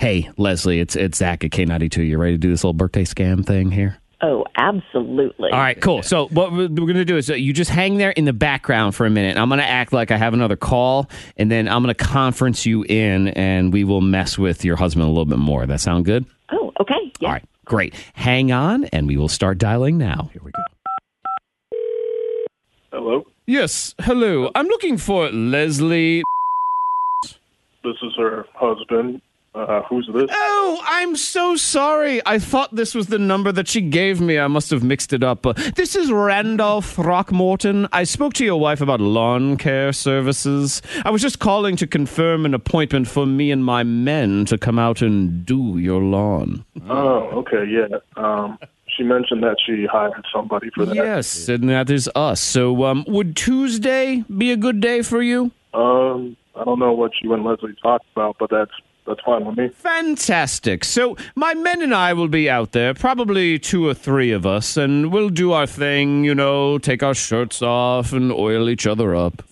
Speaker 4: Hey, Leslie, it's it's Zach at K92. You ready to do this little birthday scam thing here?
Speaker 9: Oh, absolutely.
Speaker 4: All right, cool. So what we're going to do is uh, you just hang there in the background for a minute. I'm going to act like I have another call, and then I'm going to conference you in, and we will mess with your husband a little bit more. That sound good?
Speaker 9: Oh, okay. Yeah.
Speaker 4: All right, great. Hang on, and we will start dialing now. Here we go.
Speaker 8: Hello,
Speaker 4: Yes, hello. I'm looking for Leslie.
Speaker 8: this is her husband. Uh, who's this?
Speaker 4: Oh, I'm so sorry. I thought this was the number that she gave me. I must have mixed it up. Uh, this is Randolph Throckmorton. I spoke to your wife about lawn care services. I was just calling to confirm an appointment for me and my men to come out and do your lawn.
Speaker 8: Oh, okay, yeah. Um, she mentioned that she hired somebody for that.
Speaker 4: Yes, and that is us. So, um, would Tuesday be a good day for you?
Speaker 8: Um, I don't know what you and Leslie talked about, but that's that's fine with me.
Speaker 4: Fantastic. So, my men and I will be out there, probably two or three of us, and we'll do our thing, you know, take our shirts off and oil each other up.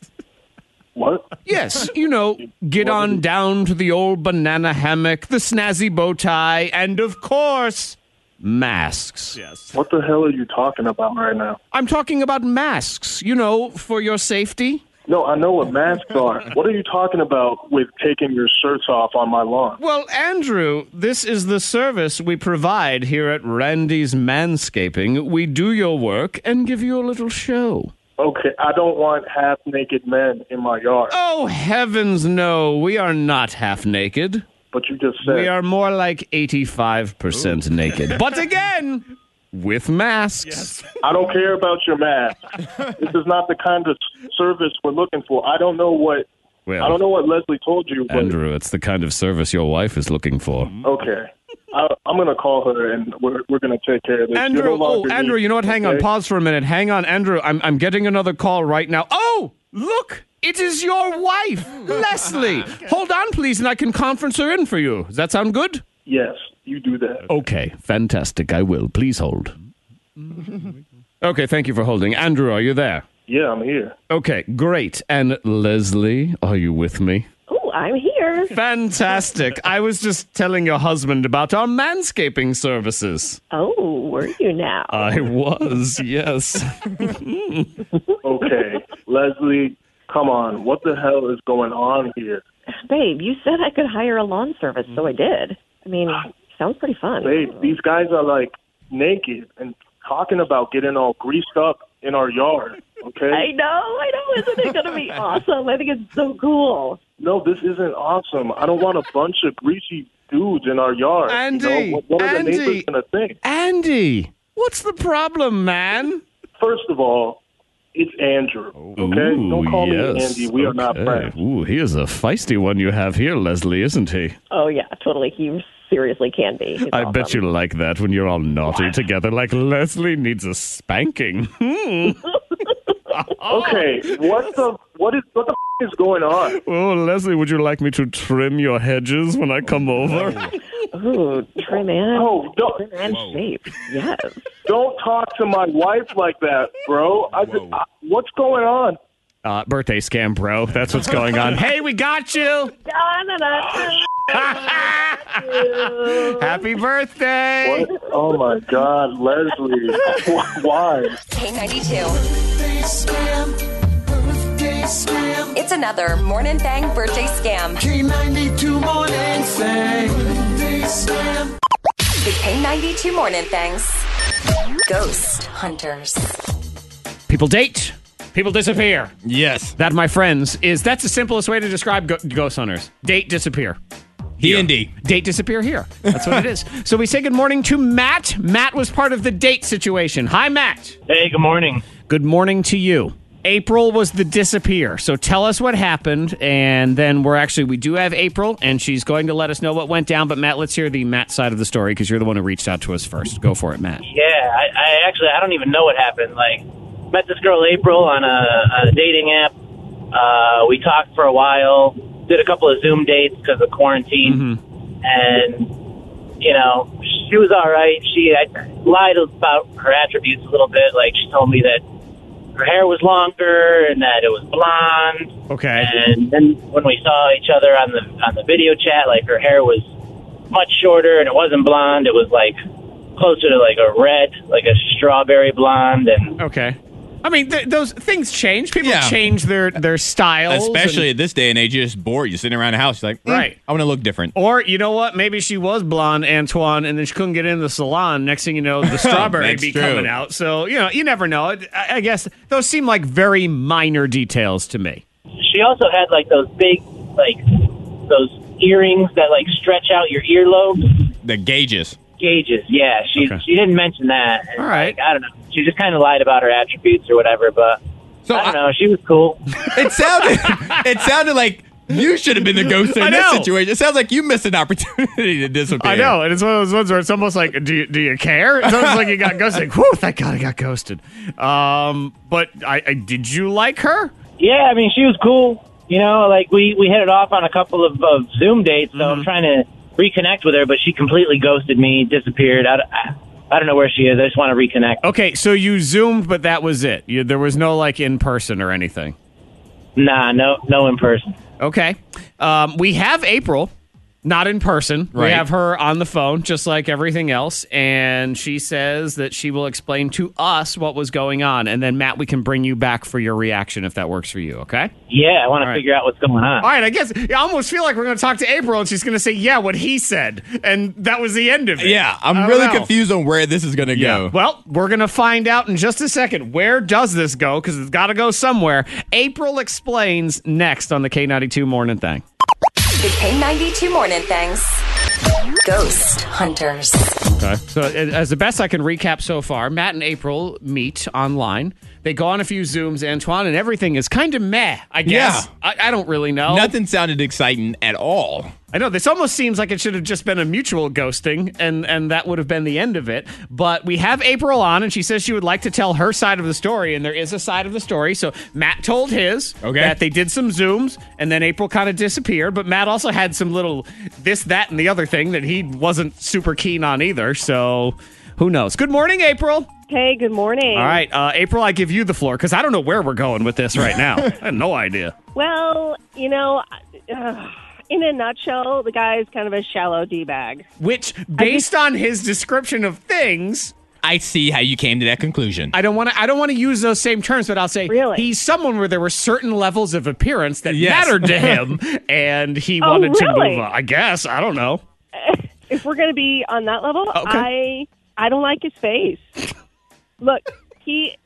Speaker 8: What?
Speaker 4: Yes, you know, get on down to the old banana hammock, the snazzy bow tie, and of course, masks. Yes.
Speaker 8: What the hell are you talking about right now?
Speaker 4: I'm talking about masks, you know, for your safety.
Speaker 8: No, I know what masks are. What are you talking about with taking your shirts off on my lawn?
Speaker 4: Well, Andrew, this is the service we provide here at Randy's Manscaping. We do your work and give you a little show.
Speaker 8: Okay, I don't want half naked men in my yard.
Speaker 4: Oh, heavens no, we are not half naked.
Speaker 8: But you just said
Speaker 4: We are more like 85% naked. But again, with masks.
Speaker 8: I don't care about your mask. this is not the kind of service we're looking for. I don't know what
Speaker 4: Well,
Speaker 8: I don't know what Mm, Leslie told you, but
Speaker 4: Andrew, it's the kind of service your wife is looking for.
Speaker 8: okay. I, I'm gonna call her and we're we're gonna take care of this. You're
Speaker 4: Andrew,
Speaker 8: no
Speaker 4: oh,
Speaker 8: longer
Speaker 4: Andrew,
Speaker 8: needed,
Speaker 4: you know what? Hang on,
Speaker 8: okay?
Speaker 4: pause for a minute. Hang on, Andrew. I'm I'm getting another call right now. Oh, look, it is your wife, Leslie. Hold on, please, and I can conference her in for you. Does that sound good?
Speaker 8: Yes, you do that.
Speaker 4: Okay, fantastic. I will. Please hold. okay, thank you for holding. Andrew, are you there?
Speaker 8: Yeah, I'm here.
Speaker 4: Okay, great. And Leslie, are you with me?
Speaker 9: Oh, I'm here.
Speaker 4: Fantastic. I was just telling your husband about our manscaping services.
Speaker 9: Oh, were you now?
Speaker 4: I was, yes.
Speaker 8: Okay, Leslie, come on. What the hell is going on here,
Speaker 9: Babe, you said I could hire a lawn service, so I did. I mean,
Speaker 4: Ah.
Speaker 9: sounds pretty fun.
Speaker 8: babe? These guys are like naked and talking about getting all greased up in our yard. Okay.
Speaker 9: I know, I know. Isn't it going to be awesome? I think it's so cool.
Speaker 8: No, this isn't awesome. I don't want a bunch of greasy dudes in our yard.
Speaker 4: Andy,
Speaker 8: you know? what, what are
Speaker 4: Andy.
Speaker 8: the neighbors going to think?
Speaker 4: Andy, what's the problem, man?
Speaker 8: First of all, it's Andrew. Okay, don't call me Andy. We are not friends.
Speaker 4: Ooh, he is a feisty one you have here, Leslie, isn't he?
Speaker 9: Oh, yeah, totally. He seriously can be. He's
Speaker 4: I bet
Speaker 9: awesome.
Speaker 4: you like that when you're all naughty together, like Leslie needs a spanking. Hmm. Oh.
Speaker 8: Okay, what the what is what the f- is going on?
Speaker 4: oh, Leslie, would you like me to trim your hedges when I come over?
Speaker 9: Ooh, trim and
Speaker 8: Oh, no.
Speaker 9: trim and
Speaker 5: Whoa.
Speaker 9: shape. Yes.
Speaker 8: Don't talk to my wife like that, bro. I just,
Speaker 5: Whoa.
Speaker 8: I, what's going on?
Speaker 4: Uh, birthday scam, bro. That's what's going on. hey, we got you. Happy birthday.
Speaker 8: What? Oh my God, Leslie, why?
Speaker 2: K92. It's another Morning Thang birthday scam.
Speaker 10: K92 Morning
Speaker 2: The K92 Morning Thangs. Ghost Hunters.
Speaker 4: People date. People disappear.
Speaker 5: Yes.
Speaker 4: That, my friends, is that's the simplest way to describe go- ghost hunters. Date disappear.
Speaker 5: D and D.
Speaker 4: Date disappear here. That's what it is. So we say good morning to Matt. Matt was part of the date situation. Hi, Matt.
Speaker 11: Hey, good morning.
Speaker 4: Good morning to you. April was the disappear. So tell us what happened, and then we're actually we do have April, and she's going to let us know what went down. But Matt, let's hear the Matt side of the story because you're the one who reached out to us first. Go for it, Matt.
Speaker 11: Yeah, I, I actually I don't even know what happened. Like, met this girl April on a, a dating app. Uh, we talked for a while, did a couple of Zoom dates because of quarantine, and you know she was all right. She I lied about her attributes a little bit. Like she told me that her hair was longer and that it was blonde.
Speaker 4: Okay.
Speaker 11: And then when we saw each other on the on the video chat, like her hair was much shorter and it wasn't blonde. It was like closer to like a red, like a strawberry blonde. And
Speaker 4: Okay. I mean, th- those things change. People
Speaker 5: Yeah.
Speaker 4: change their their styles, and-
Speaker 5: Especially at this day and age, you're just bored. You're sitting around the house. You're like, mm,
Speaker 4: Right.
Speaker 5: I want to look different.
Speaker 4: Or you know what? Maybe she was blonde, Antoine, and then she couldn't get in the salon. Next thing you know, the strawberry
Speaker 5: That's
Speaker 4: be
Speaker 5: true.
Speaker 4: coming out. So you know, you never know. I, I guess those seem like very minor details to me.
Speaker 11: she also had like those big like those earrings that like stretch out your earlobe
Speaker 5: The gauges.
Speaker 11: gauges. Yeah, she
Speaker 4: Okay.
Speaker 11: she didn't mention that. And,
Speaker 4: All right.
Speaker 11: like, I don't know. She just kind of lied about her attributes or whatever, but.
Speaker 5: So
Speaker 11: I don't
Speaker 5: I-
Speaker 11: know. She was cool.
Speaker 5: It sounded. it sounded like you should have been the ghost
Speaker 4: I
Speaker 5: in this
Speaker 4: know.
Speaker 5: situation. It sounds like you missed an opportunity to disappear.
Speaker 4: I know, and it's one of those ones where it's almost like, do you, do you care? It's almost like you got ghosted. Whew, thank God I got ghosted. Um, but I, I did you like her?
Speaker 11: Yeah, I mean, she was cool. You know, like we we hit it off on a couple of, of Zoom dates, so
Speaker 4: Mm-hmm.
Speaker 11: I'm trying to reconnect with her, but she completely ghosted me, disappeared. I, I, I don't know where she is. I just want to reconnect.
Speaker 4: Okay, so you zoomed, but that was it. You, there was no like in person or anything.
Speaker 11: Nah, no, no in person.
Speaker 4: Okay. Um, we have April, not in person. We
Speaker 5: Right.
Speaker 4: have her on the phone, just like everything else. And she says that she will explain to us what was going on. And then, Matt, we can bring you back for your reaction if that works for you. Okay.
Speaker 11: Yeah, I want to
Speaker 4: right.
Speaker 11: figure out what's going on.
Speaker 4: All right. I guess I almost feel like we're going to talk to April and she's going to say, yeah, what he said. And that was the end of it.
Speaker 5: Yeah,
Speaker 4: I
Speaker 5: I'm
Speaker 4: don't
Speaker 5: really
Speaker 4: know.
Speaker 5: confused on where this is gonna
Speaker 4: Yeah.
Speaker 5: go.
Speaker 4: Well, we're going to find out in just a second. Where does this go? Because it's got to go somewhere. April explains next on the K92 Morning Thing.
Speaker 2: The K92 Morning Thangs. Ghost Hunters.
Speaker 4: Okay. So, a- as the best I can recap so far, Matt and April meet online. They go on a few Zooms, Antoine, and everything is kind of meh, I guess. I, I don't really know.
Speaker 5: Nothing sounded exciting at all.
Speaker 4: I know this almost seems like it should have just been a mutual ghosting, and, and that would have been the end of it. But we have April on, and she says she would like to tell her side of the story, and there is a side of the story. So, Matt told his
Speaker 5: Okay.
Speaker 4: that they did some Zooms, and then April kind of disappeared. But Matt also had some little this, that, and the other thing that he wasn't super keen on either. So, who knows? Good morning, April.
Speaker 9: Hey, good morning.
Speaker 4: All right, uh, April, I give you the floor because I don't know where we're going with this right now. I have no idea.
Speaker 9: Well, you know, uh, in a nutshell, the guy's kind of a shallow d bag.
Speaker 4: Which, based on his description of things,
Speaker 5: I see how you came to that conclusion.
Speaker 4: I don't want to. I don't want to use those same terms, but I'll say
Speaker 9: Really?
Speaker 4: he's someone where there were certain levels of appearance that
Speaker 5: Yes.
Speaker 4: mattered to him, and he
Speaker 9: Oh,
Speaker 4: wanted to
Speaker 9: really?
Speaker 4: move. on. I guess I don't know.
Speaker 9: If we're going to be on that level,
Speaker 4: Okay.
Speaker 9: I I don't like his face. Look, he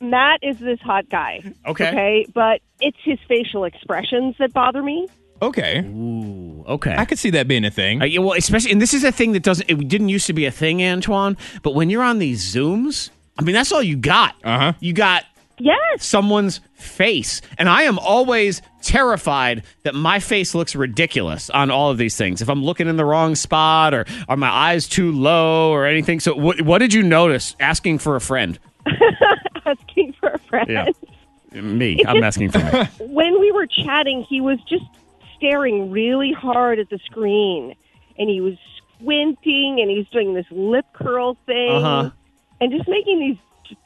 Speaker 9: Matt is this hot guy.
Speaker 4: Okay.
Speaker 9: Okay, but it's his facial expressions that bother me.
Speaker 5: okay,
Speaker 4: Okay.
Speaker 5: I could see that being a thing.
Speaker 4: Uh, yeah, well, especially, and this is a thing that doesn't, it didn't used to be a thing, Antoine, but when you're on these Zooms, I mean, that's all you got.
Speaker 5: Uh-huh.
Speaker 4: You got
Speaker 9: Yes.
Speaker 4: someone's face. And I am always terrified that my face looks ridiculous on all of these things. If I'm looking in the wrong spot or are my eyes too low or anything. So, what, what did you notice asking for a friend?
Speaker 9: Asking for a friend.
Speaker 4: Yeah. Me. I'm asking for me.
Speaker 9: when we were chatting, he was just staring really hard at the screen and he was squinting and he's doing this lip curl thing
Speaker 4: Uh-huh.
Speaker 9: and just making these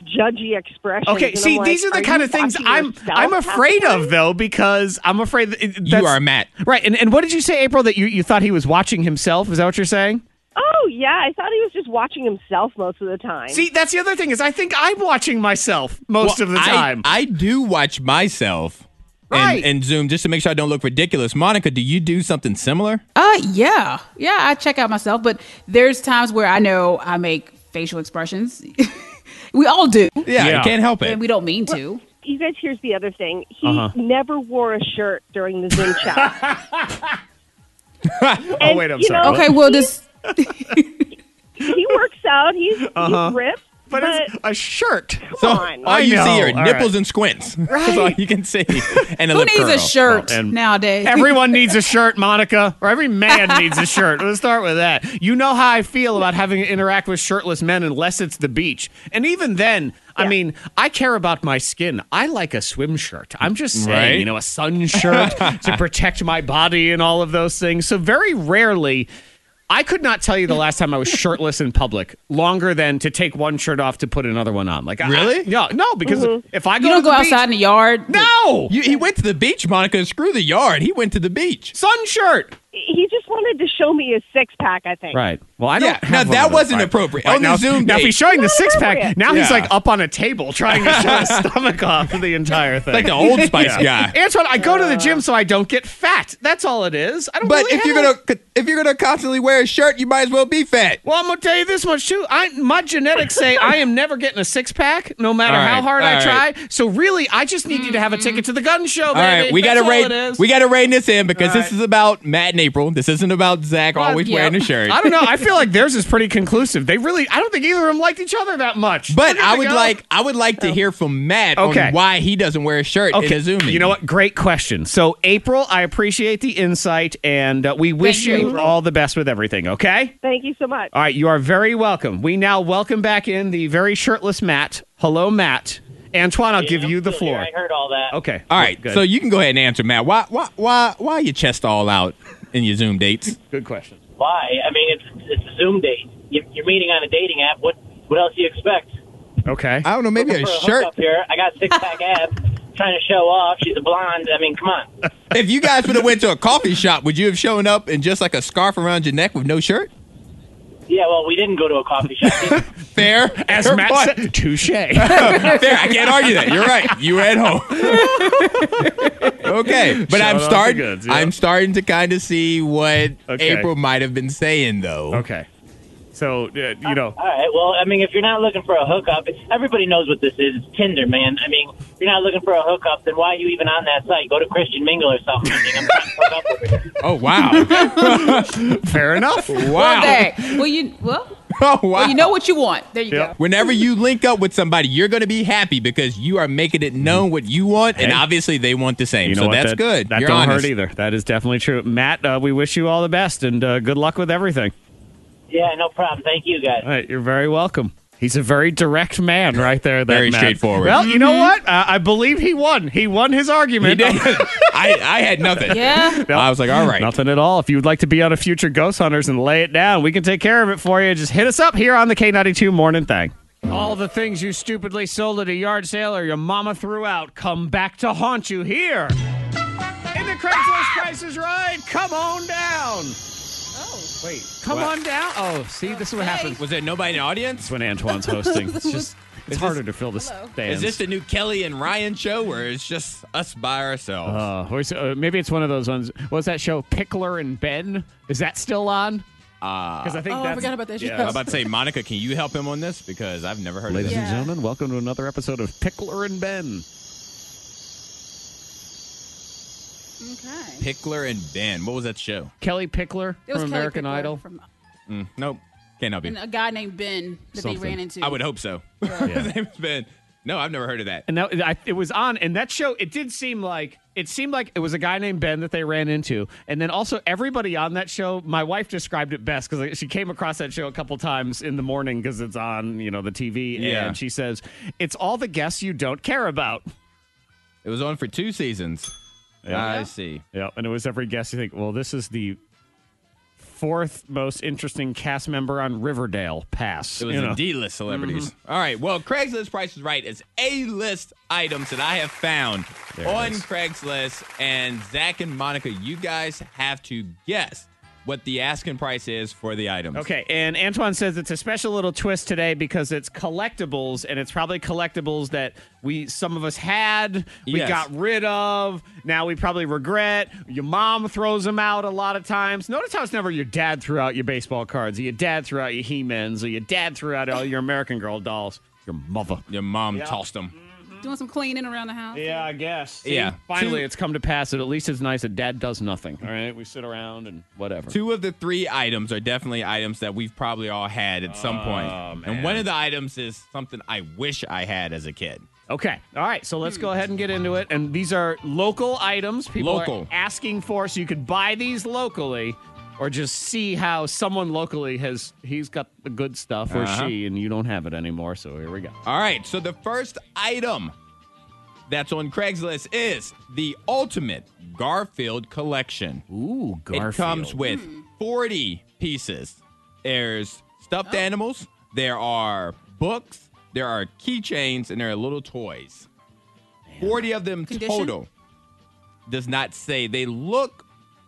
Speaker 9: j- judgy expressions.
Speaker 4: Okay,
Speaker 9: And
Speaker 4: see,
Speaker 9: I'm
Speaker 4: these
Speaker 9: like,
Speaker 4: are the kind
Speaker 9: you
Speaker 4: of things
Speaker 9: watching
Speaker 4: I'm
Speaker 9: yourself
Speaker 4: I'm
Speaker 9: half the
Speaker 4: afraid
Speaker 9: time?
Speaker 4: of though because I'm afraid that it, that's-
Speaker 5: are Matt.
Speaker 4: right? And and what did you say, April? That you you thought he was watching himself? Is that what you're saying?
Speaker 9: Oh yeah, I thought he was just watching himself most of the time.
Speaker 4: See, that's the other thing is I think I'm watching myself most
Speaker 5: Well,
Speaker 4: of the
Speaker 5: I-
Speaker 4: time.
Speaker 5: I, do watch myself and,
Speaker 4: Right.
Speaker 5: and Zoom just to make sure I don't look ridiculous. Monica, do you do something similar?
Speaker 6: Uh, yeah, yeah. I check out myself, but there's times where I know I make facial expressions. we all do,
Speaker 5: Yeah,
Speaker 4: Yeah.
Speaker 5: I can't help it.
Speaker 6: and we don't mean to.
Speaker 9: you guys, here's the other thing. He
Speaker 4: Uh-huh.
Speaker 9: never wore a shirt during the Zoom chat.
Speaker 4: oh wait, I'm
Speaker 9: you
Speaker 4: sorry.
Speaker 9: know-
Speaker 6: Okay, well, this
Speaker 9: he works out. He's, he's ripped.
Speaker 4: but it's a shirt.
Speaker 5: so
Speaker 9: on.
Speaker 5: all
Speaker 4: I
Speaker 5: you see
Speaker 4: know.
Speaker 5: are
Speaker 4: All
Speaker 5: nipples and squints. That's all you can see. And a
Speaker 6: who
Speaker 5: lip
Speaker 6: needs
Speaker 5: curl.
Speaker 6: a shirt
Speaker 4: and
Speaker 6: nowadays?
Speaker 4: Everyone needs a shirt, Monica, or every man needs a shirt. Let's start with that. You know how I feel about having to interact with shirtless men unless it's the beach. And even then, I mean, I care about my skin. I like a swim shirt. I'm just saying,
Speaker 5: Right.
Speaker 4: you know, a sun shirt to protect my body and all of those things. So very rarely I could not tell you the last time I was shirtless in public longer than to take one shirt off to put another one on. Like I-
Speaker 5: Really?
Speaker 4: no, no, because if I go
Speaker 6: Mm-hmm. you
Speaker 4: to
Speaker 6: don't
Speaker 4: the
Speaker 6: go
Speaker 4: beach-
Speaker 6: outside in the yard.
Speaker 4: No.
Speaker 5: You, he went to the beach, Monica. Screw the yard. He went to the beach.
Speaker 4: Sun shirt.
Speaker 9: He just wanted to show me his six pack. I think.
Speaker 4: Right. Well, I don't.
Speaker 5: Yeah,
Speaker 4: have one
Speaker 5: now that
Speaker 4: of those.
Speaker 5: wasn't
Speaker 4: All
Speaker 5: appropriate.
Speaker 4: All
Speaker 5: On the
Speaker 4: now,
Speaker 5: Zoom
Speaker 4: now if
Speaker 5: date.
Speaker 4: he's showing the
Speaker 9: Not
Speaker 4: six pack,
Speaker 9: appropriate.
Speaker 4: now he's
Speaker 5: Yeah.
Speaker 4: like up on a table trying to show his stomach off the entire thing.
Speaker 5: Like the Old Spice guy.
Speaker 4: Antoine, I go to the gym so I don't get fat. That's all it is. I don't.
Speaker 5: But
Speaker 4: really
Speaker 5: if you're
Speaker 4: have-
Speaker 5: gonna if you're gonna constantly wear a shirt, you might as well be fat.
Speaker 4: Well, I'm gonna tell you this much too. I my genetics say I am never getting a six pack, no matter
Speaker 5: All
Speaker 4: how
Speaker 5: right,
Speaker 4: hard
Speaker 5: all
Speaker 4: I
Speaker 5: right.
Speaker 4: try. So really, I just need you to have a ticket to the gun show,
Speaker 5: All right, we
Speaker 4: got
Speaker 5: gotta
Speaker 4: to
Speaker 5: rein we gotta rein this in because this is about Matt and April. This isn't about Zach always
Speaker 6: yeah.
Speaker 5: wearing a shirt.
Speaker 4: I don't know. I feel like theirs is pretty conclusive. They really, I don't think either of them liked each other that much. Look
Speaker 5: But
Speaker 4: at
Speaker 5: I
Speaker 4: the
Speaker 5: would
Speaker 4: guy.
Speaker 5: like I would like to hear from Matt
Speaker 4: Oh. Okay.
Speaker 5: on why he doesn't wear a shirt in a Zoom.
Speaker 4: You know what? Great question. So, April, I appreciate the insight, and uh, we wish
Speaker 6: you,
Speaker 4: you
Speaker 6: April.
Speaker 4: all the best with everything. Okay.
Speaker 9: Thank you so much.
Speaker 4: All right. You are very welcome. We now welcome back in the very shirtless Matt. Hello, Matt. Antoine, I'll give
Speaker 11: I'm
Speaker 4: you the
Speaker 11: still here.
Speaker 4: floor.
Speaker 11: I heard all that.
Speaker 4: Okay.
Speaker 5: All right,
Speaker 4: Good.
Speaker 5: so you can go ahead and answer Matt. Why why why why are your chest all out in your Zoom dates?
Speaker 4: good question.
Speaker 11: Why? I mean, it's it's a Zoom date. You- You're meeting on a dating app. What what else do you expect?
Speaker 4: Okay.
Speaker 5: I don't know, maybe a
Speaker 11: For a
Speaker 5: shirt.
Speaker 11: hookup here, I got six pack abs. Trying to show off. She's a blonde. I mean, come on.
Speaker 5: If you guys would have went to a coffee shop, would you have shown up in just like a scarf around your neck with no shirt?
Speaker 11: Yeah, well, we didn't go to a coffee shop.
Speaker 5: Fair.
Speaker 4: As
Speaker 5: Fair
Speaker 4: Matt
Speaker 5: point.
Speaker 4: said, touche.
Speaker 5: Fair. I can't argue that. You're right. You were at home. okay, but
Speaker 4: Shout out
Speaker 5: I'm
Speaker 4: the
Speaker 5: starting.
Speaker 4: goods, yeah.
Speaker 5: I'm starting to kind of see what
Speaker 4: Okay.
Speaker 5: April might have been saying, though.
Speaker 4: okay. So uh, you know.
Speaker 11: All right. Well, I mean, if you're not looking for a hookup, everybody knows what this is. It's Tinder, man. I mean, if you're not looking for a hookup, then why are you even on that site? Go to Christian Mingle or something. I mean, I'm trying to hook up over here.
Speaker 5: Oh wow!
Speaker 4: Fair enough.
Speaker 6: Well,
Speaker 5: wow!
Speaker 6: dang. well, you well,
Speaker 5: Oh wow!
Speaker 6: well, you know what you want. There you
Speaker 4: Yep.
Speaker 6: go.
Speaker 5: Whenever you link up with somebody, you're going to be happy because you are making it known what you want, and
Speaker 4: Mm-hmm. Hey.
Speaker 5: obviously they want the same.
Speaker 4: You know
Speaker 5: so
Speaker 4: what?
Speaker 5: that's
Speaker 4: That-
Speaker 5: good.
Speaker 4: That
Speaker 5: you're
Speaker 4: don't
Speaker 5: honest.
Speaker 4: hurt either. That is definitely true. Matt, uh, we wish you all the best and uh, good luck with everything.
Speaker 11: Yeah, no problem. Thank you, guys.
Speaker 4: All right, you're very welcome. He's a very direct man right there. That
Speaker 5: Very
Speaker 4: Matt.
Speaker 5: straightforward.
Speaker 4: Well, you know what? Uh, I believe he won. He won his
Speaker 5: You
Speaker 4: argument.
Speaker 5: did. I, I had nothing.
Speaker 6: Yeah.
Speaker 5: I was like, all right.
Speaker 4: Nothing at all. If you would like to be on a future Ghost Hunters and lay it down, we can take care of it for you. Just hit us up here on the K92 Morning Thing. All the things you stupidly sold at a yard sale or your mama threw out come back to haunt you here. In the Craigslist Price is Right, come on down.
Speaker 6: Oh,
Speaker 4: Wait, come
Speaker 5: What?
Speaker 4: on down. Oh, see, this is what
Speaker 6: Okay.
Speaker 4: happens
Speaker 5: Was there nobody in the audience?
Speaker 4: when Antoine's hosting. It's just it's harder to fill the
Speaker 6: Hello.
Speaker 4: stands.
Speaker 5: Is this the new Kelly and Ryan show, where it's just us by ourselves?
Speaker 4: Uh, or is- uh, maybe it's one of those ones. What's that show? Pickler and Ben. Is that still on?
Speaker 5: Uh,
Speaker 4: Because I think
Speaker 6: Oh, I
Speaker 4: that's,
Speaker 6: forgot about that
Speaker 5: I'm
Speaker 6: show.
Speaker 5: about to say, Monica, can you help him on this? Because I've never heard
Speaker 4: Ladies
Speaker 5: of this.
Speaker 4: and
Speaker 6: Yeah.
Speaker 4: gentlemen, welcome to another episode of Pickler and Ben.
Speaker 6: okay.
Speaker 5: Pickler and Ben. What was that show?
Speaker 4: Kelly Pickler
Speaker 6: It
Speaker 4: from
Speaker 6: was Kelly
Speaker 4: American
Speaker 6: Pickler
Speaker 4: Idol.
Speaker 6: from-
Speaker 5: Mm, nope. Can't help you.
Speaker 6: and uh, a guy named Ben that
Speaker 4: Something.
Speaker 6: they ran into.
Speaker 5: I would hope so. His name's Ben. No, I've never heard of that.
Speaker 4: and that I, it was on, and that show it did seem like it seemed like it was a guy named Ben that they ran into, and then also everybody on that show. My wife described it best because she came across that show a couple times in the morning because it's on you know the TV,
Speaker 5: Yeah.
Speaker 4: and she says it's all the guests you don't care about.
Speaker 5: It was on for two seasons. I see.
Speaker 4: Yeah, and it was every guest you think, well, this is the fourth most interesting cast member on Riverdale pass.
Speaker 5: It was
Speaker 4: you
Speaker 5: a
Speaker 4: know.
Speaker 5: D-list celebrities.
Speaker 4: Mm-hmm.
Speaker 5: All right. Well, Craigslist Price is Right is A-list items that I have found
Speaker 4: There it
Speaker 5: on
Speaker 4: is.
Speaker 5: Craigslist. And Zach and Monica, you guys have to guess what the asking price is for the items.
Speaker 4: Okay, and Antoine says it's a special little twist today because it's collectibles, and it's probably collectibles that we some of us had, we
Speaker 5: Yes.
Speaker 4: got rid of, now we probably regret. Your mom throws them out a lot of times. Notice how it's never your dad threw out your baseball cards, or your dad threw out your He Men's, or your dad threw out all your American Girl dolls. Your mother.
Speaker 5: Your mom
Speaker 4: Yeah. Mm-hmm.
Speaker 5: tossed them.
Speaker 6: Doing some cleaning around the house.
Speaker 4: Yeah, I guess. See,
Speaker 5: Yeah.
Speaker 4: Finally,
Speaker 5: Two-
Speaker 4: it's come to pass that at least it's nice that dad does nothing. All right, we sit around and whatever.
Speaker 5: Two of the three items are definitely items that we've probably all had at
Speaker 4: Oh,
Speaker 5: some point. And one of the items is something I wish I had as a kid.
Speaker 4: Okay. All right. So let's go ahead and get into it. And these are local items people
Speaker 5: Local.
Speaker 4: are asking for. So you could buy these locally or just see how someone locally has, he's got the good stuff or
Speaker 5: Uh-huh.
Speaker 4: she, and you don't have it anymore. So here we go.
Speaker 5: All right, so the first item that's on Craigslist is the ultimate Garfield collection.
Speaker 4: Ooh,
Speaker 5: It comes with
Speaker 4: Hmm.
Speaker 5: 40 pieces. There's stuffed
Speaker 4: Oh.
Speaker 5: animals, there are books, there are keychains, and there are little toys. 40 of them
Speaker 6: Condition?
Speaker 5: total. Does not say. They look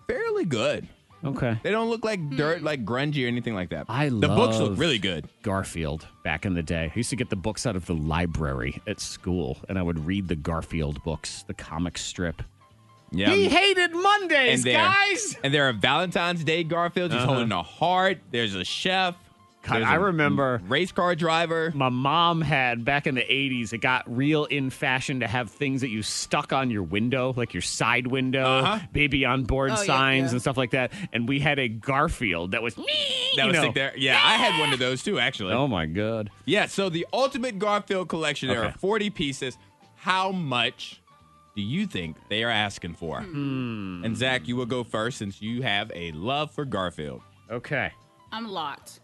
Speaker 5: fairly good.
Speaker 4: Okay.
Speaker 5: They don't look
Speaker 4: Hmm.
Speaker 5: like dirt, like grungy or anything like that.
Speaker 4: I
Speaker 5: the books look
Speaker 4: love-
Speaker 5: really good.
Speaker 4: Garfield back in the day. I used to get the books out of the library at school, and I would read the Garfield books, the comic strip.
Speaker 5: Yeah,
Speaker 4: He hated Mondays,
Speaker 5: there,
Speaker 4: guys.
Speaker 5: And there are Valentine's Day Garfields. He's holding a heart. There's a chef.
Speaker 4: Uh-huh. God,
Speaker 5: There's
Speaker 4: I
Speaker 5: a
Speaker 4: remember-
Speaker 5: race car driver.
Speaker 4: my mom had back in the 80s it got real in fashion to have things that you stuck on your window like your side window
Speaker 5: Uh-huh.
Speaker 4: baby on board
Speaker 6: Oh, yeah,
Speaker 4: signs
Speaker 6: yeah.
Speaker 4: and stuff like that and we had a garfield that was me
Speaker 5: That was
Speaker 4: you know.
Speaker 5: sick there. Yeah, I had one of those too, actually.
Speaker 4: oh my god
Speaker 5: Yeah, so the Ultimate Garfield collection, there
Speaker 4: Okay.
Speaker 5: are 40 pieces. How much do you think they are asking for? And Zach, you will go first since you have a love for Garfield.
Speaker 4: okay
Speaker 6: I'm locked.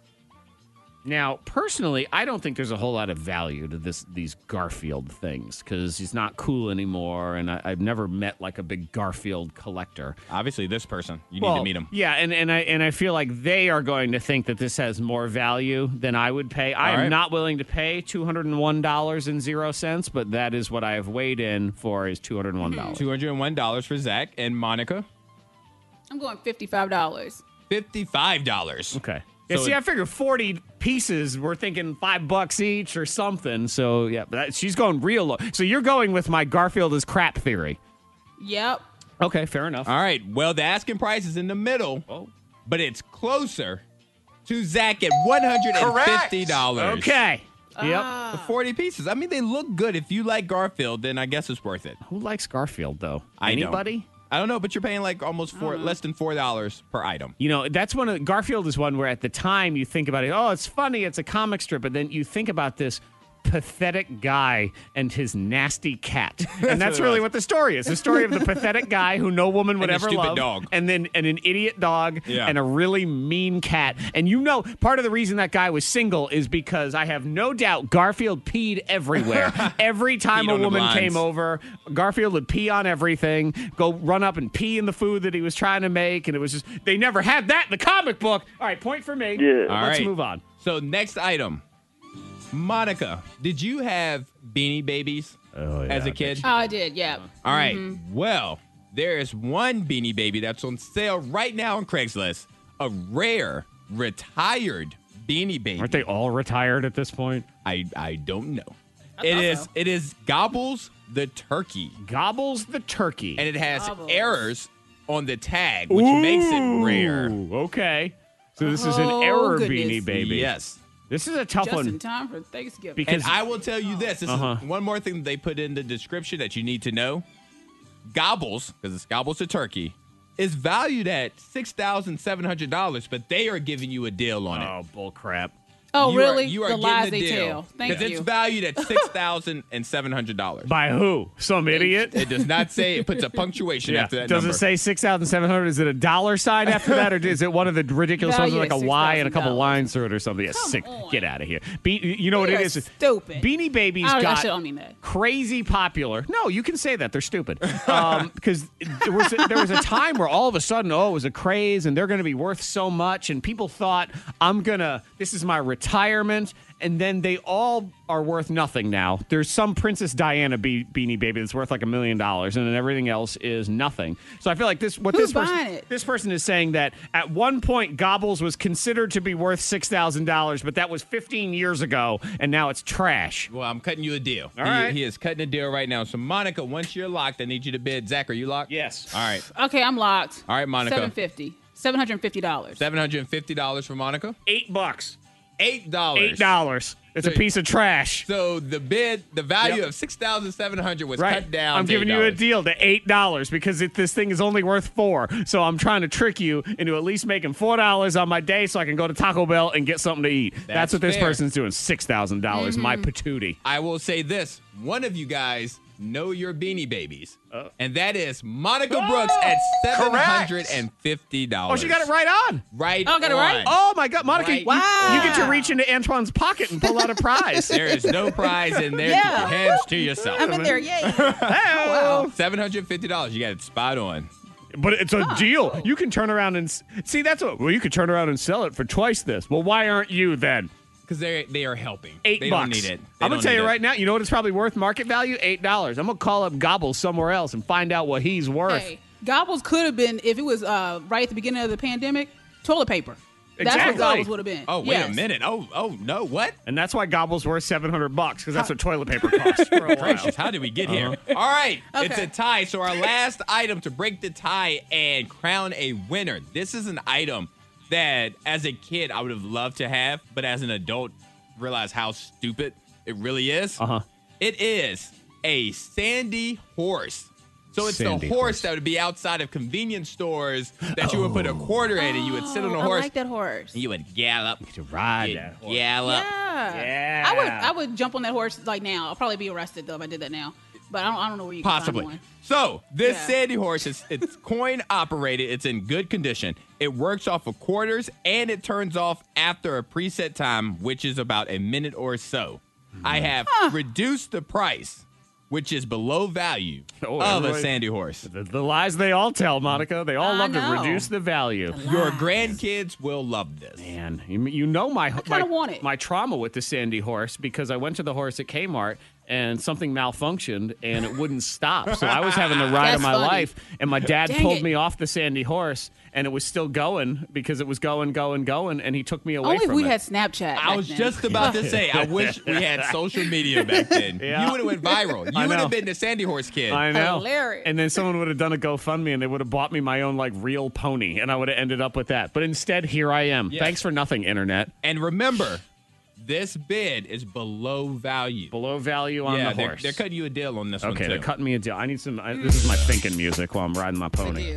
Speaker 4: now personally i don't think there's a whole lot of value to this these garfield things because he's not cool anymore and I, i've never met like a big garfield collector
Speaker 5: Obviously, this person. You need to meet him.
Speaker 4: Yeah, and, and I and I feel like they are going to think that this has more value than I would pay. I
Speaker 5: All
Speaker 4: am
Speaker 5: right.
Speaker 4: not willing to pay two hundred and one dollars and zero cents, but that is what I have weighed in for is two hundred and one dollars.
Speaker 5: Mm-hmm. $201 for Zach and Monica.
Speaker 6: I'm going fifty-five dollars.
Speaker 5: $55.
Speaker 4: Okay. Yeah,
Speaker 5: So
Speaker 4: see,
Speaker 5: it-
Speaker 4: I figured forty pieces. We're thinking five bucks each or something. So yeah, but that, she's going real low. So you're going with my Garfield is crap theory.
Speaker 6: Yep.
Speaker 4: Okay, fair enough.
Speaker 5: All right. Well, the asking price is in the middle,
Speaker 4: Oh.
Speaker 5: but it's closer to Zach at one hundred and fifty dollars.
Speaker 4: Okay. Yep.
Speaker 5: The forty pieces. I mean, they look good. If you like Garfield, then I guess it's worth it.
Speaker 4: Who likes Garfield though?
Speaker 5: I don't.
Speaker 4: Anybody?
Speaker 5: I don't know, but you're paying like almost four, less than four dollars per item.
Speaker 4: You know, that's one of Garfield is one where at the time you think about it, oh, it's funny, it's a comic strip, but then you think about this pathetic guy and his nasty cat. And that's
Speaker 5: what it
Speaker 4: really
Speaker 5: was.
Speaker 4: what the story is. The story of the pathetic guy who no woman would
Speaker 5: And a
Speaker 4: ever
Speaker 5: stupid
Speaker 4: love
Speaker 5: dog.
Speaker 4: and then and an idiot dog
Speaker 5: Yeah.
Speaker 4: and a really mean cat. And you know, part of the reason that guy was single is because I have no doubt Garfield peed everywhere. Every time
Speaker 5: Peed
Speaker 4: a
Speaker 5: on the
Speaker 4: woman came
Speaker 5: blinds.
Speaker 4: over over. Garfield would pee on everything, go run up and pee in the food that he was trying to make, and it was just they never had that in the comic book. All right, point for me.
Speaker 8: Yeah.
Speaker 5: All
Speaker 4: Let's
Speaker 5: right.
Speaker 4: move on.
Speaker 5: So next item, Monica, did you have Beanie Babies as a kid?
Speaker 6: Oh, I did. Yep.
Speaker 5: All right. Well, there is one Beanie Baby that's on sale right now on Craigslist. A rare retired Beanie Baby.
Speaker 4: Aren't they all retired at this point?
Speaker 5: I I don't know. It
Speaker 6: thought
Speaker 5: is
Speaker 6: so.
Speaker 5: it is Gobbles the turkey,
Speaker 4: Gobbles the turkey.
Speaker 5: and it has
Speaker 6: Gobbles.
Speaker 5: errors on the tag, which makes it rare.
Speaker 4: Ooh, okay. So this is an
Speaker 6: Oh,
Speaker 4: error
Speaker 6: goodness.
Speaker 4: beanie baby.
Speaker 5: Yes.
Speaker 4: This is a tough
Speaker 6: Just in
Speaker 4: one.
Speaker 6: time for Thanksgiving.
Speaker 4: Because-
Speaker 5: And I will tell you this. This
Speaker 4: Uh-huh.
Speaker 5: is one more thing that they put in the description that you need to know. Gobbles, because it's gobbles to turkey, is valued at six thousand seven hundred dollars, but they are giving you a deal on it.
Speaker 4: Oh, bull crap.
Speaker 6: Oh,
Speaker 5: you
Speaker 6: really?
Speaker 5: Are, you are
Speaker 6: The
Speaker 5: getting
Speaker 6: lies
Speaker 5: the
Speaker 6: they
Speaker 5: deal.
Speaker 6: tell. Thank
Speaker 5: 'Cause
Speaker 6: you.
Speaker 5: it's valued at six thousand and seven hundred dollars.
Speaker 4: By who? Some idiot.
Speaker 5: It does not say. It puts a punctuation after that.
Speaker 4: Does
Speaker 5: number.
Speaker 4: it say six thousand seven hundred? Is it a dollar sign after that, or is it one of the ridiculous ones
Speaker 6: Value
Speaker 4: with like a
Speaker 6: is
Speaker 4: Y and a couple
Speaker 6: $6,000.
Speaker 4: lines through it or something? Yeah, six. Get out of here. Be, you know what
Speaker 6: You
Speaker 4: it
Speaker 6: are
Speaker 4: is?
Speaker 6: stupid.
Speaker 4: Beanie Babies
Speaker 6: I don't- I
Speaker 4: got
Speaker 6: still don't mean that.
Speaker 4: crazy popular. No, you can say that they're stupid because there was a, there was a time where all of a sudden, oh, it was a craze, and they're going to be worth so much, and people thought I'm gonna this is my retirement, and then they all are worth nothing now. There's some Princess Diana be- beanie baby that's worth like a million dollars, and then everything else is nothing. So I feel like this what this
Speaker 6: Who's
Speaker 4: person
Speaker 6: buying it?
Speaker 4: this person is saying that at one point Gobbles was considered to be worth six thousand dollars, but that was 15 years ago, and now it's trash.
Speaker 5: Well, I'm cutting you a deal.
Speaker 4: All
Speaker 5: he,
Speaker 4: right.
Speaker 5: he is cutting a deal right now. So, Monica, once you're locked, I need you to bid. Zach, are you locked?
Speaker 4: Yes.
Speaker 5: All right.
Speaker 6: Okay, I'm locked.
Speaker 5: All right, Monica.
Speaker 6: Seven fifty. Seven hundred and fifty dollars.
Speaker 5: Seven hundred and fifty dollars for Monica.
Speaker 4: Eight bucks.
Speaker 5: Eight dollars.
Speaker 4: Eight dollars. It's a
Speaker 5: Dude.
Speaker 4: piece of trash.
Speaker 5: So the bid, the value
Speaker 4: Yep.
Speaker 5: of six thousand seven hundred was
Speaker 4: Right.
Speaker 5: cut down.
Speaker 4: I'm
Speaker 5: to
Speaker 4: giving you a
Speaker 5: $8.
Speaker 4: deal to eight dollars because it, this thing is only worth four. So I'm trying to trick you into at least making four dollars on my day so I can go to Taco Bell and get something to eat. That's,
Speaker 5: That's
Speaker 4: what this
Speaker 5: fair.
Speaker 4: person's doing. Six thousand dollars. My patootie.
Speaker 5: I will say this: one of you guys know your beanie babies,
Speaker 4: Uh.
Speaker 5: and that is Monica Brooks at seven hundred and fifty
Speaker 4: Oh,
Speaker 5: dollars.
Speaker 4: she got it right on.
Speaker 5: Right.
Speaker 6: Oh, got it
Speaker 5: on.
Speaker 6: right?
Speaker 4: Oh my God, Monica!
Speaker 5: Right
Speaker 4: you-
Speaker 6: on.
Speaker 4: You get to reach into Antoine's pocket and pull out a prize.
Speaker 5: There is no prize in there.
Speaker 6: Yeah.
Speaker 5: Hands to yourself.
Speaker 6: I'm in there, yay!
Speaker 5: Seven hundred fifty dollars. You got it spot on.
Speaker 4: But it's a deal. You can turn around and s- see. That's what. Well, you could turn around and sell it for twice this. Well, why aren't you then?
Speaker 5: Because they they are helping.
Speaker 4: Eight
Speaker 5: they
Speaker 4: bucks.
Speaker 5: Don't need it. They
Speaker 4: I'm gonna
Speaker 5: don't
Speaker 4: tell
Speaker 5: need
Speaker 4: you
Speaker 5: it.
Speaker 4: right now. You know what it's probably worth market value? Eight dollars. I'm gonna call up Gobble somewhere else and find out what he's worth.
Speaker 6: Hey, gobbles could have been if it was uh, right at the beginning of the pandemic. Toilet paper. That's
Speaker 4: Exactly.
Speaker 6: what gobbles would have been.
Speaker 5: Oh wait
Speaker 6: Yes.
Speaker 5: a minute. Oh oh no. What?
Speaker 4: And that's why Gobble's worth 700 bucks because that's what toilet paper costs for a while.
Speaker 5: How did we get here? Uh-huh. All right. It's
Speaker 6: Okay.
Speaker 5: a tie. So our last item to break the tie and crown a winner. This is an item that as a kid I would have loved to have, but as an adult realize how stupid it really is.
Speaker 4: Uh-huh.
Speaker 5: It is a sandy horse. So it's
Speaker 4: Sandy
Speaker 5: the horse,
Speaker 4: horse.
Speaker 5: that would be outside of convenience stores that you would put a quarter in and you would sit on a horse.
Speaker 6: Oh, I like that horse.
Speaker 5: and You would gallop.
Speaker 4: To ride
Speaker 5: You'd
Speaker 4: that horse.
Speaker 5: Gallop.
Speaker 6: Yeah.
Speaker 4: Yeah.
Speaker 6: I would I would jump on that horse like now. I'll probably be arrested though if I did that now. But I don't I don't know where you can find
Speaker 5: Possibly.
Speaker 6: one.
Speaker 5: So this
Speaker 6: Yeah.
Speaker 5: Sandy horse is it's coin operated. It's in good condition. It works off of quarters and it turns off after a preset time, which is about a minute or so.
Speaker 4: Hmm.
Speaker 5: I have reduced the price, which is below value
Speaker 4: Oh,
Speaker 5: of a
Speaker 4: everybody-
Speaker 5: Sandy horse.
Speaker 4: The, the lies they all tell, Monica. They all
Speaker 6: I
Speaker 4: love
Speaker 6: know.
Speaker 4: to reduce the value.
Speaker 5: Your grandkids will love this.
Speaker 4: Man, you, you know my my,
Speaker 6: kinda want it.
Speaker 4: my trauma with the Sandy horse because I went to the horse at Kmart and something malfunctioned and it wouldn't stop. So I was having the ride of
Speaker 6: That's
Speaker 4: my
Speaker 6: funny.
Speaker 4: life, and my dad
Speaker 6: Dang
Speaker 4: pulled
Speaker 6: it.
Speaker 4: me off the Sandy horse, and it was still going because it was going, going, going, and he took me away
Speaker 6: Only if
Speaker 4: from
Speaker 6: we
Speaker 4: it.
Speaker 6: had Snapchat.
Speaker 5: I
Speaker 6: back
Speaker 5: was
Speaker 6: then.
Speaker 5: just about to say, I wish we had social media back then. You would have went viral.
Speaker 4: I
Speaker 5: You would
Speaker 4: know.
Speaker 5: have been the Sandy horse kid.
Speaker 4: I know.
Speaker 6: Hilarious.
Speaker 4: And then someone would have done a GoFundMe and they would have bought me my own like real pony and I would have ended up with that. But instead, here I am.
Speaker 5: Yeah.
Speaker 4: Thanks for nothing, internet.
Speaker 5: And remember, this bid is below value.
Speaker 4: Below value on
Speaker 5: yeah,
Speaker 4: the
Speaker 5: they're,
Speaker 4: horse.
Speaker 5: they're cutting you a deal on this one.
Speaker 4: okay,
Speaker 5: too.
Speaker 4: they're cutting me a deal. I need some. I, this is my thinking music while I'm riding my pony.
Speaker 6: Ew.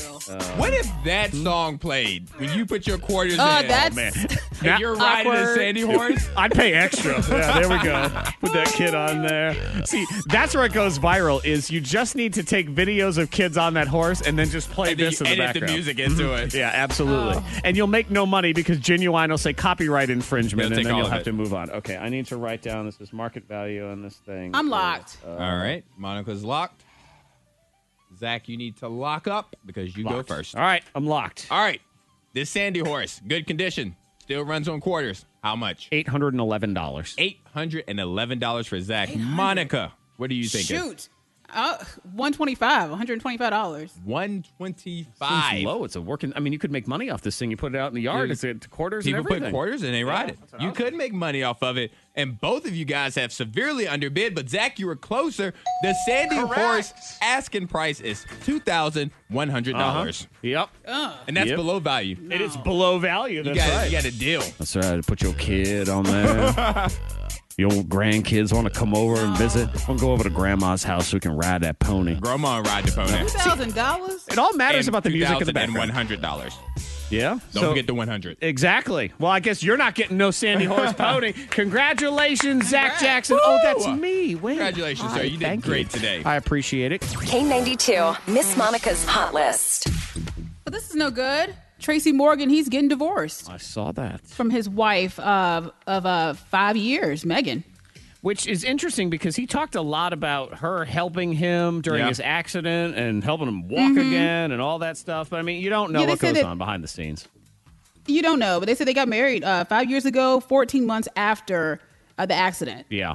Speaker 5: What if that song played when you put your quarters
Speaker 6: Uh,
Speaker 5: in?
Speaker 6: that's
Speaker 4: Man,
Speaker 5: and
Speaker 4: Now-
Speaker 5: you're riding a
Speaker 6: awkward.
Speaker 5: sandy horse.
Speaker 4: I'd pay extra. Yeah, there we go. Put that kid on there. See, that's where it goes viral. Is you just need to take videos of kids on that horse and then just play
Speaker 5: and then
Speaker 4: this
Speaker 5: you
Speaker 4: in the
Speaker 5: edit the,
Speaker 4: background.
Speaker 5: music Oh. into it.
Speaker 4: Yeah, absolutely. And you'll make no money because genuine will say copyright infringement,
Speaker 5: They'll
Speaker 4: and
Speaker 5: take
Speaker 4: then
Speaker 5: all
Speaker 4: you'll
Speaker 5: of
Speaker 4: have
Speaker 5: it.
Speaker 4: to move on. Okay, I need to write down this is market value on this thing.
Speaker 6: I'm locked.
Speaker 5: All right, Monica's locked. Zach, you need to lock up because you
Speaker 4: Locked.
Speaker 5: go first.
Speaker 4: All right, I'm locked.
Speaker 5: All right, this sandy horse, good condition, still runs on quarters. How much?
Speaker 4: Eight hundred and eleven dollars.
Speaker 5: Eight hundred and eleven dollars for Zach. Monica, what are you thinking?
Speaker 6: Shoot. Uh, 125 $125.
Speaker 5: One twenty-five.
Speaker 4: low. It's a working. I mean, you could make money off this thing. You put it out in the yard.
Speaker 5: Dude,
Speaker 4: It's at quarters and
Speaker 5: People
Speaker 4: everything.
Speaker 5: put quarters and they ride it. You could make money off of it. And both of you guys have severely underbid, but Zach, you were closer. The Sandy Horse asking price is $2,100. dollars
Speaker 4: Yep.
Speaker 5: And that's
Speaker 4: Uh-huh. Yep.
Speaker 5: below value. You
Speaker 4: It is below value. That's
Speaker 5: got,
Speaker 4: right.
Speaker 5: you got a deal.
Speaker 4: That's right. Put your kid on there. your grandkids want to come over and visit. We'll go over to grandma's house so we can ride that pony.
Speaker 5: Grandma and ride the pony.
Speaker 6: $1,000?
Speaker 4: It all matters
Speaker 5: And
Speaker 4: about the music in the
Speaker 5: $2,100.
Speaker 4: background.
Speaker 5: dollars
Speaker 4: Yeah.
Speaker 5: Don't forget the 100.
Speaker 4: Exactly. Well, I guess you're not getting no Sandy Horace pony. Congratulations, Zach Jackson. Oh, that's me. Wait.
Speaker 5: Congratulations, sir.
Speaker 4: Hi,
Speaker 5: You did
Speaker 4: thank
Speaker 5: great today.
Speaker 4: I appreciate it.
Speaker 2: K92, Miss Monica's Hot List.
Speaker 6: But this is no good. Tracy Morgan, he's getting divorced
Speaker 4: I saw that.
Speaker 6: from his wife of of uh, five years, Megan.
Speaker 4: Which is interesting because he talked a lot about her helping him during
Speaker 5: Yeah.
Speaker 4: his accident and helping him walk again and all that stuff. But I mean, you don't know
Speaker 6: Mm-hmm. Yeah, they
Speaker 4: what
Speaker 6: said
Speaker 4: goes
Speaker 6: that-
Speaker 4: on behind the scenes.
Speaker 6: You don't know, but they said they got married uh, five years ago, 14 months after uh, the accident
Speaker 4: Yeah.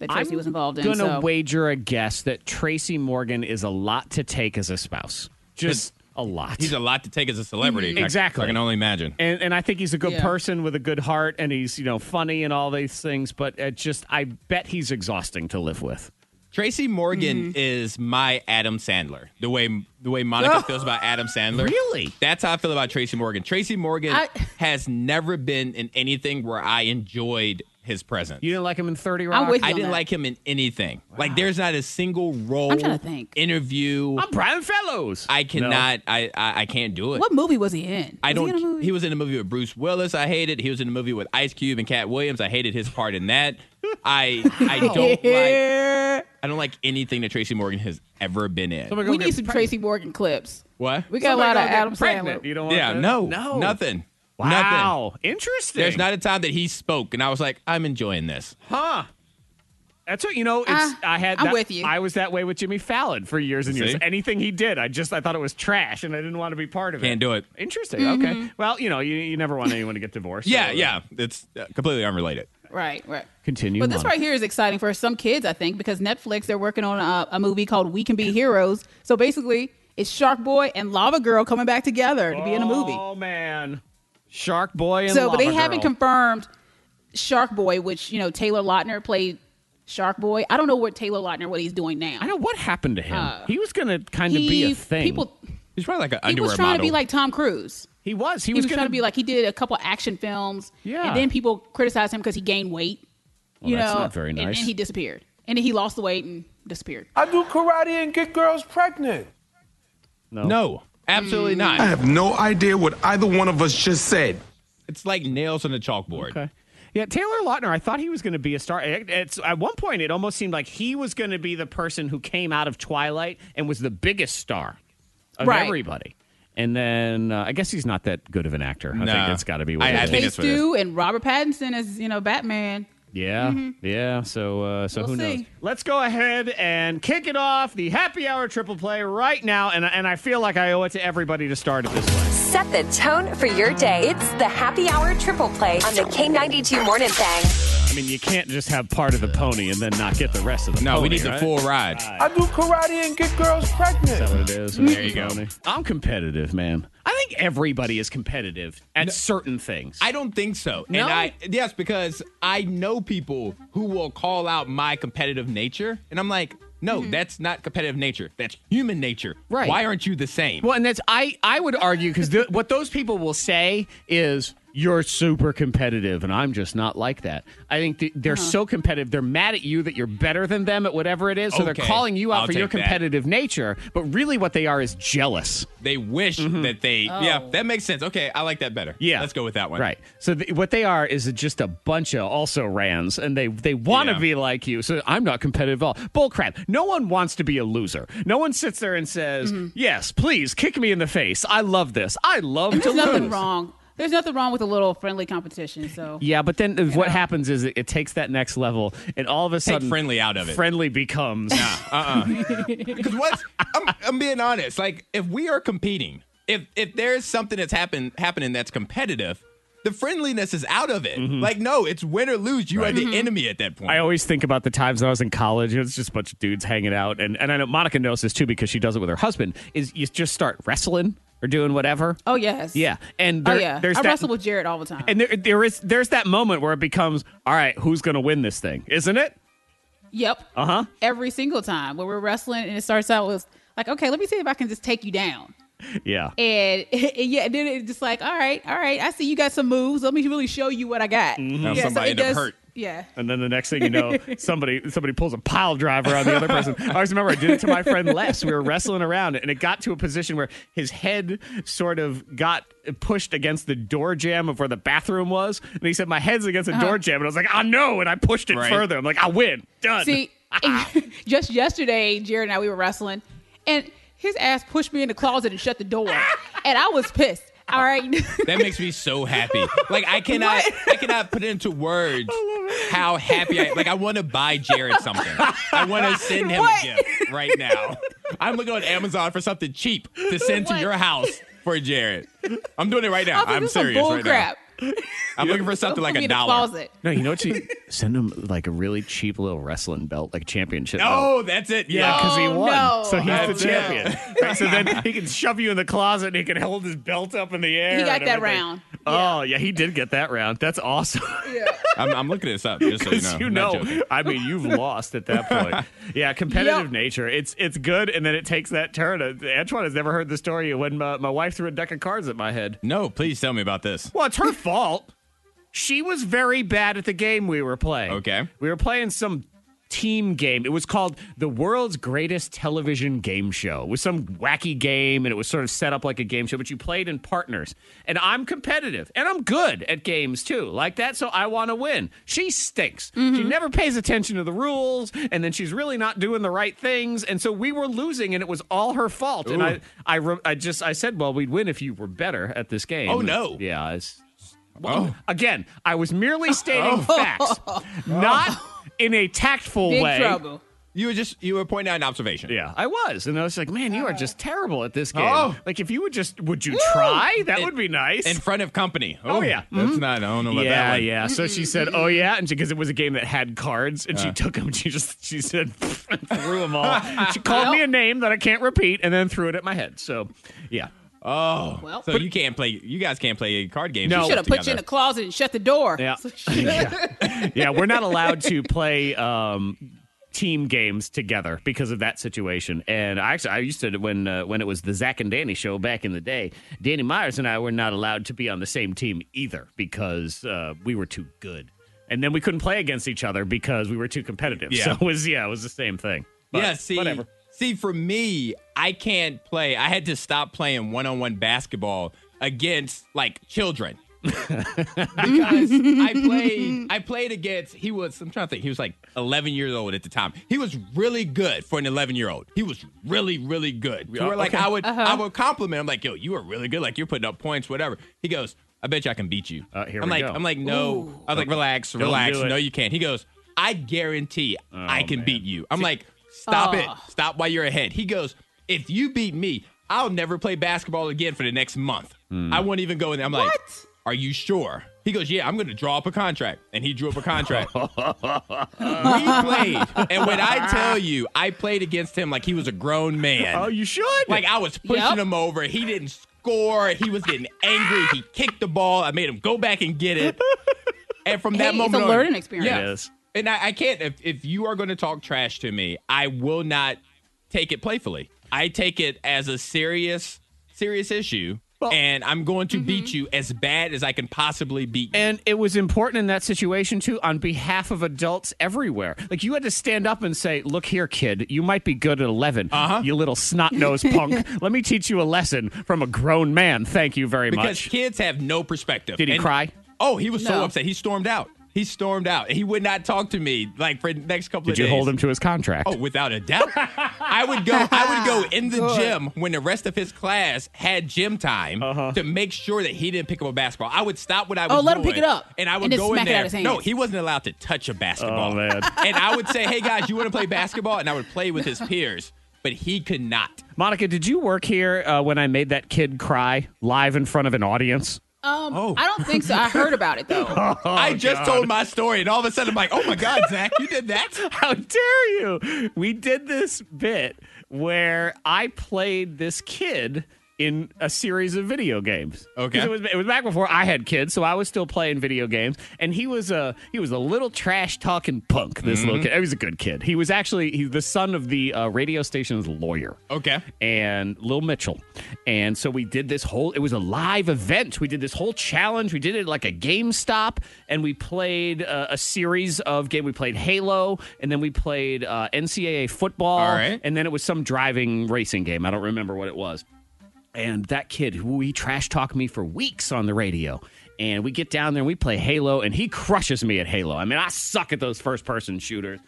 Speaker 6: that Tracy was involved in.
Speaker 4: I'm gonna
Speaker 6: so.
Speaker 4: wager a guess that Tracy Morgan is a lot to take as a spouse. Just a lot.
Speaker 5: He's a lot to take as a celebrity.
Speaker 4: Exactly.
Speaker 5: I, I can only imagine.
Speaker 4: and and I think he's a good
Speaker 6: Yeah.
Speaker 4: person with a good heart, and he's you know funny and all these things. But it just, I bet he's exhausting to live with.
Speaker 5: Tracy
Speaker 6: Mm-hmm.
Speaker 5: Morgan is my Adam Sandler. The way the way Monica feels about Adam Sandler.
Speaker 4: Really?
Speaker 5: That's how I feel about Tracy Morgan. Tracy Morgan
Speaker 6: I-
Speaker 5: has never been in anything where I enjoyed his presence.
Speaker 4: You didn't like him in Thirty Rock.
Speaker 6: I'm with you.
Speaker 5: I
Speaker 6: on
Speaker 5: didn't
Speaker 6: that.
Speaker 5: like him in anything. Like there's not a single role
Speaker 6: I'm trying to think.
Speaker 5: interview.
Speaker 4: I'm Brian Fellows.
Speaker 5: I cannot I, I I can't do it.
Speaker 6: What movie was he in?
Speaker 5: I
Speaker 6: Was he in a
Speaker 5: don't.
Speaker 6: movie?
Speaker 5: He, was in a movie with Bruce Willis. I hated. He was in a movie with Ice Cube and Cat Williams. I hated his part in that. I I don't like. I don't like anything that Tracy Morgan has ever been in.
Speaker 4: Somebody go
Speaker 6: we
Speaker 4: get
Speaker 6: need some
Speaker 4: pregnant.
Speaker 6: Tracy Morgan clips.
Speaker 5: what?
Speaker 6: We got
Speaker 4: Somebody
Speaker 6: a lot
Speaker 4: go
Speaker 6: of
Speaker 4: get
Speaker 6: Adam
Speaker 4: oh, pregnant.
Speaker 6: Sandler.
Speaker 4: You don't want
Speaker 5: yeah.
Speaker 4: that?
Speaker 5: No.
Speaker 4: No.
Speaker 5: Nothing. Nothing.
Speaker 4: Wow. Interesting.
Speaker 5: There's not a time that he spoke and I was like, I'm enjoying this.
Speaker 4: Huh. That's what you know. It's
Speaker 6: Uh,
Speaker 4: I had.
Speaker 6: I'm
Speaker 4: that-
Speaker 6: with you.
Speaker 4: I was that way with Jimmy Fallon for years and years.
Speaker 5: See?
Speaker 4: Anything he did, I just I thought it was trash, and I didn't want to be part of it.
Speaker 5: Can't do it.
Speaker 4: Interesting.
Speaker 6: Mm-hmm.
Speaker 4: Okay. Well, you know, you, you never want anyone to get divorced.
Speaker 5: Yeah.
Speaker 4: so-
Speaker 5: Yeah. It's uh, completely unrelated.
Speaker 6: Right, right.
Speaker 4: Continue
Speaker 6: But this
Speaker 4: on.
Speaker 6: right here is exciting for some kids, I think, because Netflix they're working on a, a movie called We Can Be Heroes. So basically, it's Shark Boy and Lava Girl coming back together to be in a movie.
Speaker 4: Oh man, Shark Boy and
Speaker 6: so, but they
Speaker 4: Lava
Speaker 6: haven't
Speaker 4: Girl.
Speaker 6: confirmed Shark Boy, which you know Taylor Lautner played Shark Boy. I don't know what Taylor Lautner what he's doing now.
Speaker 4: I know what happened to him. he was going to kind of
Speaker 6: Uh, he,
Speaker 4: be a thing.
Speaker 6: People,
Speaker 5: He's probably like an
Speaker 6: he
Speaker 5: underwear
Speaker 6: was trying
Speaker 5: model.
Speaker 6: to be like Tom Cruise.
Speaker 4: he was. He,
Speaker 6: He, was,
Speaker 4: gonna,
Speaker 6: trying to be like he did a couple action films.
Speaker 4: Yeah.
Speaker 6: and then people criticized him because he gained weight. you
Speaker 4: that's
Speaker 6: know,
Speaker 4: not very
Speaker 6: and- And,
Speaker 4: nice.
Speaker 6: he disappeared, and then he lost the weight and disappeared.
Speaker 12: I do karate and get girls pregnant.
Speaker 5: no. Absolutely
Speaker 12: I
Speaker 6: Mm.
Speaker 5: not.
Speaker 12: have no idea what either one of us just said.
Speaker 5: It's like nails on a chalkboard.
Speaker 4: Okay. Yeah, Taylor Lautner. I thought he was going to be a star. It- It's at one point it almost seemed like he was going to be the person who came out of Twilight and was the biggest star of
Speaker 6: Right.
Speaker 4: everybody. And then uh, I guess he's not that good of an actor. I
Speaker 5: No.
Speaker 4: think that's got to be what
Speaker 5: I-
Speaker 4: it
Speaker 5: I
Speaker 4: is.
Speaker 5: think
Speaker 6: Hey,
Speaker 5: that's what it is.
Speaker 6: Stu and Robert Pattinson as you know Batman.
Speaker 4: Yeah, yeah. So, uh, so
Speaker 6: Mm-hmm. We'll
Speaker 4: who knows?
Speaker 6: see.
Speaker 4: Let's go ahead and kick it off the happy hour triple play right now, and and I feel like I owe it to everybody to start it this way.
Speaker 2: Set the tone for your day. It's the Happy Hour Triple Play on the K92 Morning Thing.
Speaker 4: I mean, you can't just have part of the pony and then not get the rest of the
Speaker 5: No,
Speaker 4: pony.
Speaker 5: we need
Speaker 4: right?
Speaker 5: the full ride.
Speaker 12: I do karate and get girls pregnant.
Speaker 4: That's what it is. There you go. I'm competitive, man. I think everybody is competitive at certain things.
Speaker 5: I don't think so.
Speaker 4: No?
Speaker 5: And I yes, because I know people who will call out my competitive nature, and I'm like, no,
Speaker 6: Mm-hmm.
Speaker 5: that's not competitive nature. That's human nature.
Speaker 4: Right.
Speaker 5: Why aren't you the same?
Speaker 4: Well, and that's I I would argue because th- what those people will say is you're super competitive, and I'm just not like that. I think th- they're so competitive, they're mad at you that you're better than them at whatever it is, so they're
Speaker 5: Okay,
Speaker 4: calling you out
Speaker 5: I'll
Speaker 4: for your
Speaker 5: take that.
Speaker 4: competitive nature. But really, what they are is jealous.
Speaker 5: They wish
Speaker 6: Mm-hmm.
Speaker 5: that they.
Speaker 6: Oh.
Speaker 5: Yeah, that makes sense. Okay, I like that better.
Speaker 4: Yeah,
Speaker 5: let's go with that one.
Speaker 4: Right. So th- what they are is just a bunch of also rans, and they they want to
Speaker 5: Yeah.
Speaker 4: be like you. So I'm not competitive at all. Bullcrap. No one wants to be a loser. No one sits there and says,
Speaker 6: Mm-hmm.
Speaker 4: "Yes, please kick me in the face. I love this. I love to
Speaker 6: There's nothing
Speaker 4: lose."
Speaker 6: wrong. There's nothing wrong with a little friendly competition. So
Speaker 4: Yeah, but then what happens is it, it takes that next level, and all of a sudden,
Speaker 5: friendly out of it.
Speaker 4: Friendly becomes.
Speaker 5: Because what's I'm, I'm being honest. Like, if we are competing, if if there's something that's happen happening that's competitive, the friendliness is out of it.
Speaker 6: Mm-hmm.
Speaker 5: Like, no, it's win or lose. You are the enemy at that point.
Speaker 4: I always think about the times when I was in college. and It was just a bunch of dudes hanging out, and and I know Monica knows this too because she does it with her husband. Is you just start wrestling or doing whatever.
Speaker 6: oh yes,
Speaker 4: Yeah, and
Speaker 6: oh
Speaker 4: there-
Speaker 6: yeah.
Speaker 4: there's
Speaker 6: I
Speaker 4: that,
Speaker 6: wrestle with Jared all the time.
Speaker 4: and there, there is there's that moment where it becomes all right who's going to win this thing isn't it Uh-huh.
Speaker 6: Yep. Uh
Speaker 5: Uh-huh.
Speaker 6: huh. Every single time when we're wrestling, and it starts out with like, okay, let me see if I can just take you down,
Speaker 4: yeah
Speaker 6: and, and yeah, and then it's just like, all right, all right, I see you got some moves. Let me really show you what I got.
Speaker 5: Now Mm-hmm.
Speaker 6: Yeah, so
Speaker 5: somebody
Speaker 6: it
Speaker 5: end up
Speaker 6: does-
Speaker 5: hurt.
Speaker 6: Yeah.
Speaker 4: And then the next thing you know, somebody somebody pulls a pile driver on the other person. I always remember I did it to my friend Les. We were wrestling around, and it got to a position where his head sort of got pushed against the door jamb of where the bathroom was, and he said, "My head's against
Speaker 6: Uh-huh.
Speaker 4: the door jamb," and I was like, "I know," and I pushed it
Speaker 5: Right.
Speaker 4: further. I'm like, "I win, done."
Speaker 6: See, just yesterday, Jared and I we were wrestling, and his ass pushed me in the closet and shut the door, and I was pissed. All right,
Speaker 5: That makes me so happy. Like I cannot, I cannot put into words how happy I. Like I want to buy Jared something. I want to send him
Speaker 6: What?
Speaker 5: a gift right now. I'm looking on Amazon for something cheap to send to
Speaker 6: What?
Speaker 5: your house for Jared. I'm doing it right now.
Speaker 6: I was like,
Speaker 5: I'm
Speaker 6: this is
Speaker 5: serious
Speaker 6: some bull
Speaker 5: right
Speaker 6: crap.
Speaker 5: now. I'm looking for something like
Speaker 6: Put
Speaker 5: a
Speaker 6: me in the
Speaker 5: dollar.
Speaker 6: closet.
Speaker 4: No, you know what? You send him like a really cheap little wrestling belt, like a championship. belt.
Speaker 5: Oh, that's it.
Speaker 4: Yeah, because he
Speaker 6: Oh,
Speaker 4: won.
Speaker 6: no.
Speaker 4: So he's the
Speaker 5: That's it.
Speaker 4: champion. Right, so then he can shove you in the closet and he can hold his belt up in the air.
Speaker 6: He got
Speaker 4: and
Speaker 6: that
Speaker 4: everything.
Speaker 6: round.
Speaker 4: Oh, yeah, he did get that round. That's awesome.
Speaker 5: I'm, I'm looking this up just so you know.
Speaker 4: Because you
Speaker 5: I'm not
Speaker 4: know,
Speaker 5: joking.
Speaker 4: I mean, you've lost at that point. Yeah, competitive
Speaker 6: Yep.
Speaker 4: nature. It's it's good, and then it takes that turn. Uh, Antoine has never heard the story of when my, my wife threw a deck of cards at my head.
Speaker 5: No, please tell me about this.
Speaker 4: Well, it's her fault. She was very bad at the game we were playing.
Speaker 5: Okay.
Speaker 4: We were playing some team game. It was called The World's Greatest Television Game Show. It was some wacky game and it was sort of set up like a game show, but you played in partners. And I'm competitive and I'm good at games too, like that. So I want to win. She stinks. She never pays attention to the rules and then she's really not doing the right things. And so we were losing and it was all her fault. And I, I, re- I just, I said, well, we'd win if you were better at this game.
Speaker 5: Oh, no.
Speaker 4: Yeah. It's,
Speaker 5: Oh,
Speaker 4: Again, I was merely stating facts, not in a tactful
Speaker 6: Big
Speaker 4: way.
Speaker 6: trouble.
Speaker 5: you were just you were pointing out an observation.
Speaker 4: Yeah, I was, and I was like, "Man, you are just terrible at this game.
Speaker 5: Oh.
Speaker 4: Like, if you would just, would you try? That
Speaker 5: In-
Speaker 4: would be nice."
Speaker 5: In front of company.
Speaker 4: Oh, yeah.
Speaker 5: That's not. I don't know about that.
Speaker 4: yeah,
Speaker 5: one.
Speaker 4: yeah. So she said, "Oh yeah," and because it was a game that had cards, and she took them. She just she said and threw them all. she called me a name that I can't repeat, and then threw it at my head. So, yeah.
Speaker 5: Oh,
Speaker 6: Well.
Speaker 5: so you can't play. You guys can't play card games.
Speaker 4: No.
Speaker 6: Should have put you in
Speaker 5: together.
Speaker 6: the closet and shut the door.
Speaker 4: Yeah. yeah. Yeah, we're not allowed to play um, team games together because of that situation. And I actually, I used to when uh, when it was the Zach and Danny show back in the day. Danny Myers and I were not allowed to be on the same team either because uh, we were too good, and then we couldn't play against each other because we were too competitive.
Speaker 5: Yeah.
Speaker 4: So it was yeah, it was the same thing. But
Speaker 5: yeah. See,
Speaker 4: whatever.
Speaker 5: see, for me, I can't play. I had to stop playing one-on-one basketball against like children because I played. I played against. He was. I'm trying to think. He was like 11 years old at the time. He was really good for an 11 year old. He was really, really good. To where, like I would,
Speaker 6: Uh-huh.
Speaker 5: I would compliment him like, "Yo, you are really good. Like you're putting up points, whatever." He goes, "I bet you I can beat you."
Speaker 4: Uh, here
Speaker 5: I'm
Speaker 4: we
Speaker 5: like,
Speaker 4: go.
Speaker 5: I'm like, no. I was like, relax, relax.
Speaker 4: do it.
Speaker 5: No, you can't. He goes, I guarantee I can beat you. I'm like, stop it. Stop while you're ahead. He goes, if you beat me, I'll never play basketball again for the next month. I won't even go in there. I'm like, are you sure? He goes, yeah, I'm going to draw up a contract. And he drew up a contract. we played. And when I tell you, I played against him like he was a grown man.
Speaker 4: Oh, you should.
Speaker 5: Like I was pushing
Speaker 6: Yep.
Speaker 5: him over. He didn't score. He was getting angry. He kicked the ball. I made him go back and get it. And from
Speaker 6: Hey,
Speaker 5: that
Speaker 6: it's
Speaker 5: moment
Speaker 6: a
Speaker 5: on,
Speaker 6: learning experience.
Speaker 5: Yeah.
Speaker 4: It is.
Speaker 5: And I, I can't. If, if you are going to talk trash to me, I will not take it playfully. I take it as a serious, serious issue, and I'm going to
Speaker 6: mm-hmm.
Speaker 5: beat you as bad as I can possibly beat. you.
Speaker 4: And it was important in that situation too, on behalf of adults everywhere. Like you had to stand up and say, "Look here, kid, you might be good at 11
Speaker 5: Uh-huh.
Speaker 4: you little snot nosed punk. Let me teach you a lesson from a grown man. Thank you very
Speaker 5: because
Speaker 4: much."
Speaker 5: kids have no perspective.
Speaker 4: Did he
Speaker 5: And-
Speaker 4: cry?
Speaker 5: Oh, he was so
Speaker 6: No.
Speaker 5: upset. He stormed out. He stormed out. He would not talk to me like for the next couple of
Speaker 4: Did
Speaker 5: days.
Speaker 4: you hold him to his contract?
Speaker 5: Oh, without a doubt. I would go. I would go in the gym when the rest of his class had gym time to make sure that he didn't pick up a basketball. I would stop what I was.
Speaker 6: Uh-huh. Oh, let him
Speaker 5: doing,
Speaker 6: pick it up
Speaker 5: and I would
Speaker 6: and then
Speaker 5: go in
Speaker 6: smack it out
Speaker 5: there.
Speaker 6: his hands.
Speaker 5: No, he wasn't allowed to touch a basketball.
Speaker 4: Oh, man.
Speaker 5: And I would say, "Hey guys, you want to play basketball?" And I would play with his peers, but he could not.
Speaker 4: Monica, did you work here uh, when I made that kid cry live in front of an audience?
Speaker 6: Um,
Speaker 5: Oh.
Speaker 6: I don't think so. I heard about it though.
Speaker 5: I just told my story, and all of a sudden, I'm like, "Oh my God, Zach, you did that!"
Speaker 4: How dare you? We did this bit where I played this kid in a series of video games.
Speaker 5: Okay.
Speaker 4: 'Cause It was, it was back before I had kids, so I was still playing video games. And he was a he was a little trash talking punk. This little
Speaker 5: Mhm.
Speaker 4: kid, he was a good kid. He was actually he's the son of the uh, radio station's lawyer.
Speaker 5: Okay.
Speaker 4: and Lil Mitchell. And so we did this whole, it was a live event. We did this whole challenge. We did it like a GameStop and we played uh, a series of game. We played Halo and then we played uh, NCAA football.
Speaker 5: All right.
Speaker 4: And then it was some driving racing game. I don't remember what it was. And that kid, who he trash talked me for weeks on the radio. And we get down there and we play Halo, and he crushes me at Halo. I mean, I suck at those first person shooters.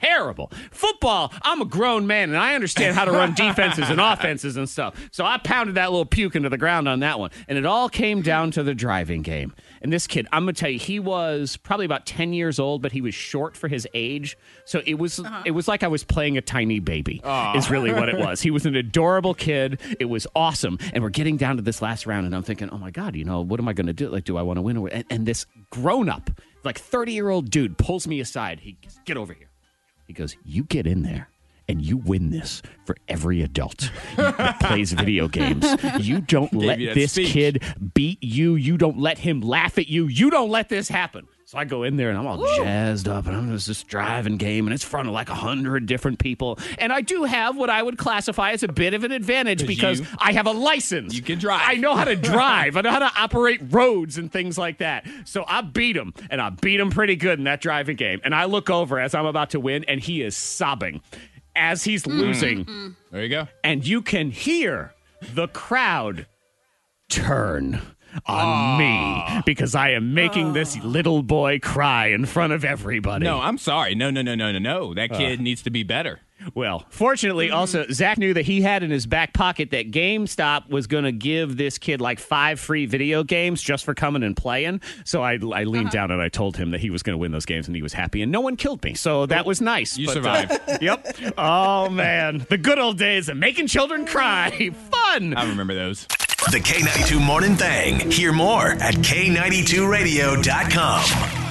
Speaker 4: Terrible. Football, I'm a grown man and I understand how to run defenses and offenses and stuff. So I pounded that little puke into the ground on that one. And it all came down to the driving game. And this kid, I'm going to tell you, he was probably about 10 years old, but he was short for his age. So it was it was like I was playing a tiny baby. Is really what it was. He was an adorable kid. It was awesome. And we're getting down to this last round and I'm thinking, "Oh my god, you know, what am I going to do? Like do I want to win or and, and this grown-up, like 30-year-old dude pulls me aside. He goes, "Get over here." He goes, You get in there and you win this for every adult that plays video games. You don't let
Speaker 5: you that
Speaker 4: this
Speaker 5: speech.
Speaker 4: kid beat you. You don't let him laugh at you. You don't let this happen. So I go in there and I'm all jazzed up and I'm just this driving game and it's in front of like a hundred different people. And I do have what I would classify as a bit of an advantage because
Speaker 5: you-
Speaker 4: I have a license.
Speaker 5: You can drive.
Speaker 4: I know how to drive. I know how to operate roads and things like that. So I beat him, and I beat him pretty good in that driving game. And I look over as I'm about to win, and he is sobbing as he's
Speaker 5: Mm.
Speaker 4: losing.
Speaker 5: There you go.
Speaker 4: And you can hear the crowd turn on me because I am making this little boy cry in front of everybody.
Speaker 5: No, I'm sorry. No, no, no, no, no, no.
Speaker 6: Uh.
Speaker 5: That kid needs to be better.
Speaker 4: Well, fortunately,
Speaker 5: Mm-hmm.
Speaker 4: also Zach knew that he had in his back pocket that GameStop was going to give this kid like five free video games just for coming and playing. So I, I
Speaker 5: Uh-huh.
Speaker 4: leaned down and I told him that he was going to win those games, and he was happy. And no one killed me, so that was nice.
Speaker 5: Oh, You
Speaker 4: But, uh,
Speaker 5: survived.
Speaker 4: yep. Oh man, the good old days of making children cry. Fun.
Speaker 5: I remember those.
Speaker 7: The K92 Morning Thing. Hear more at K92Radio.com.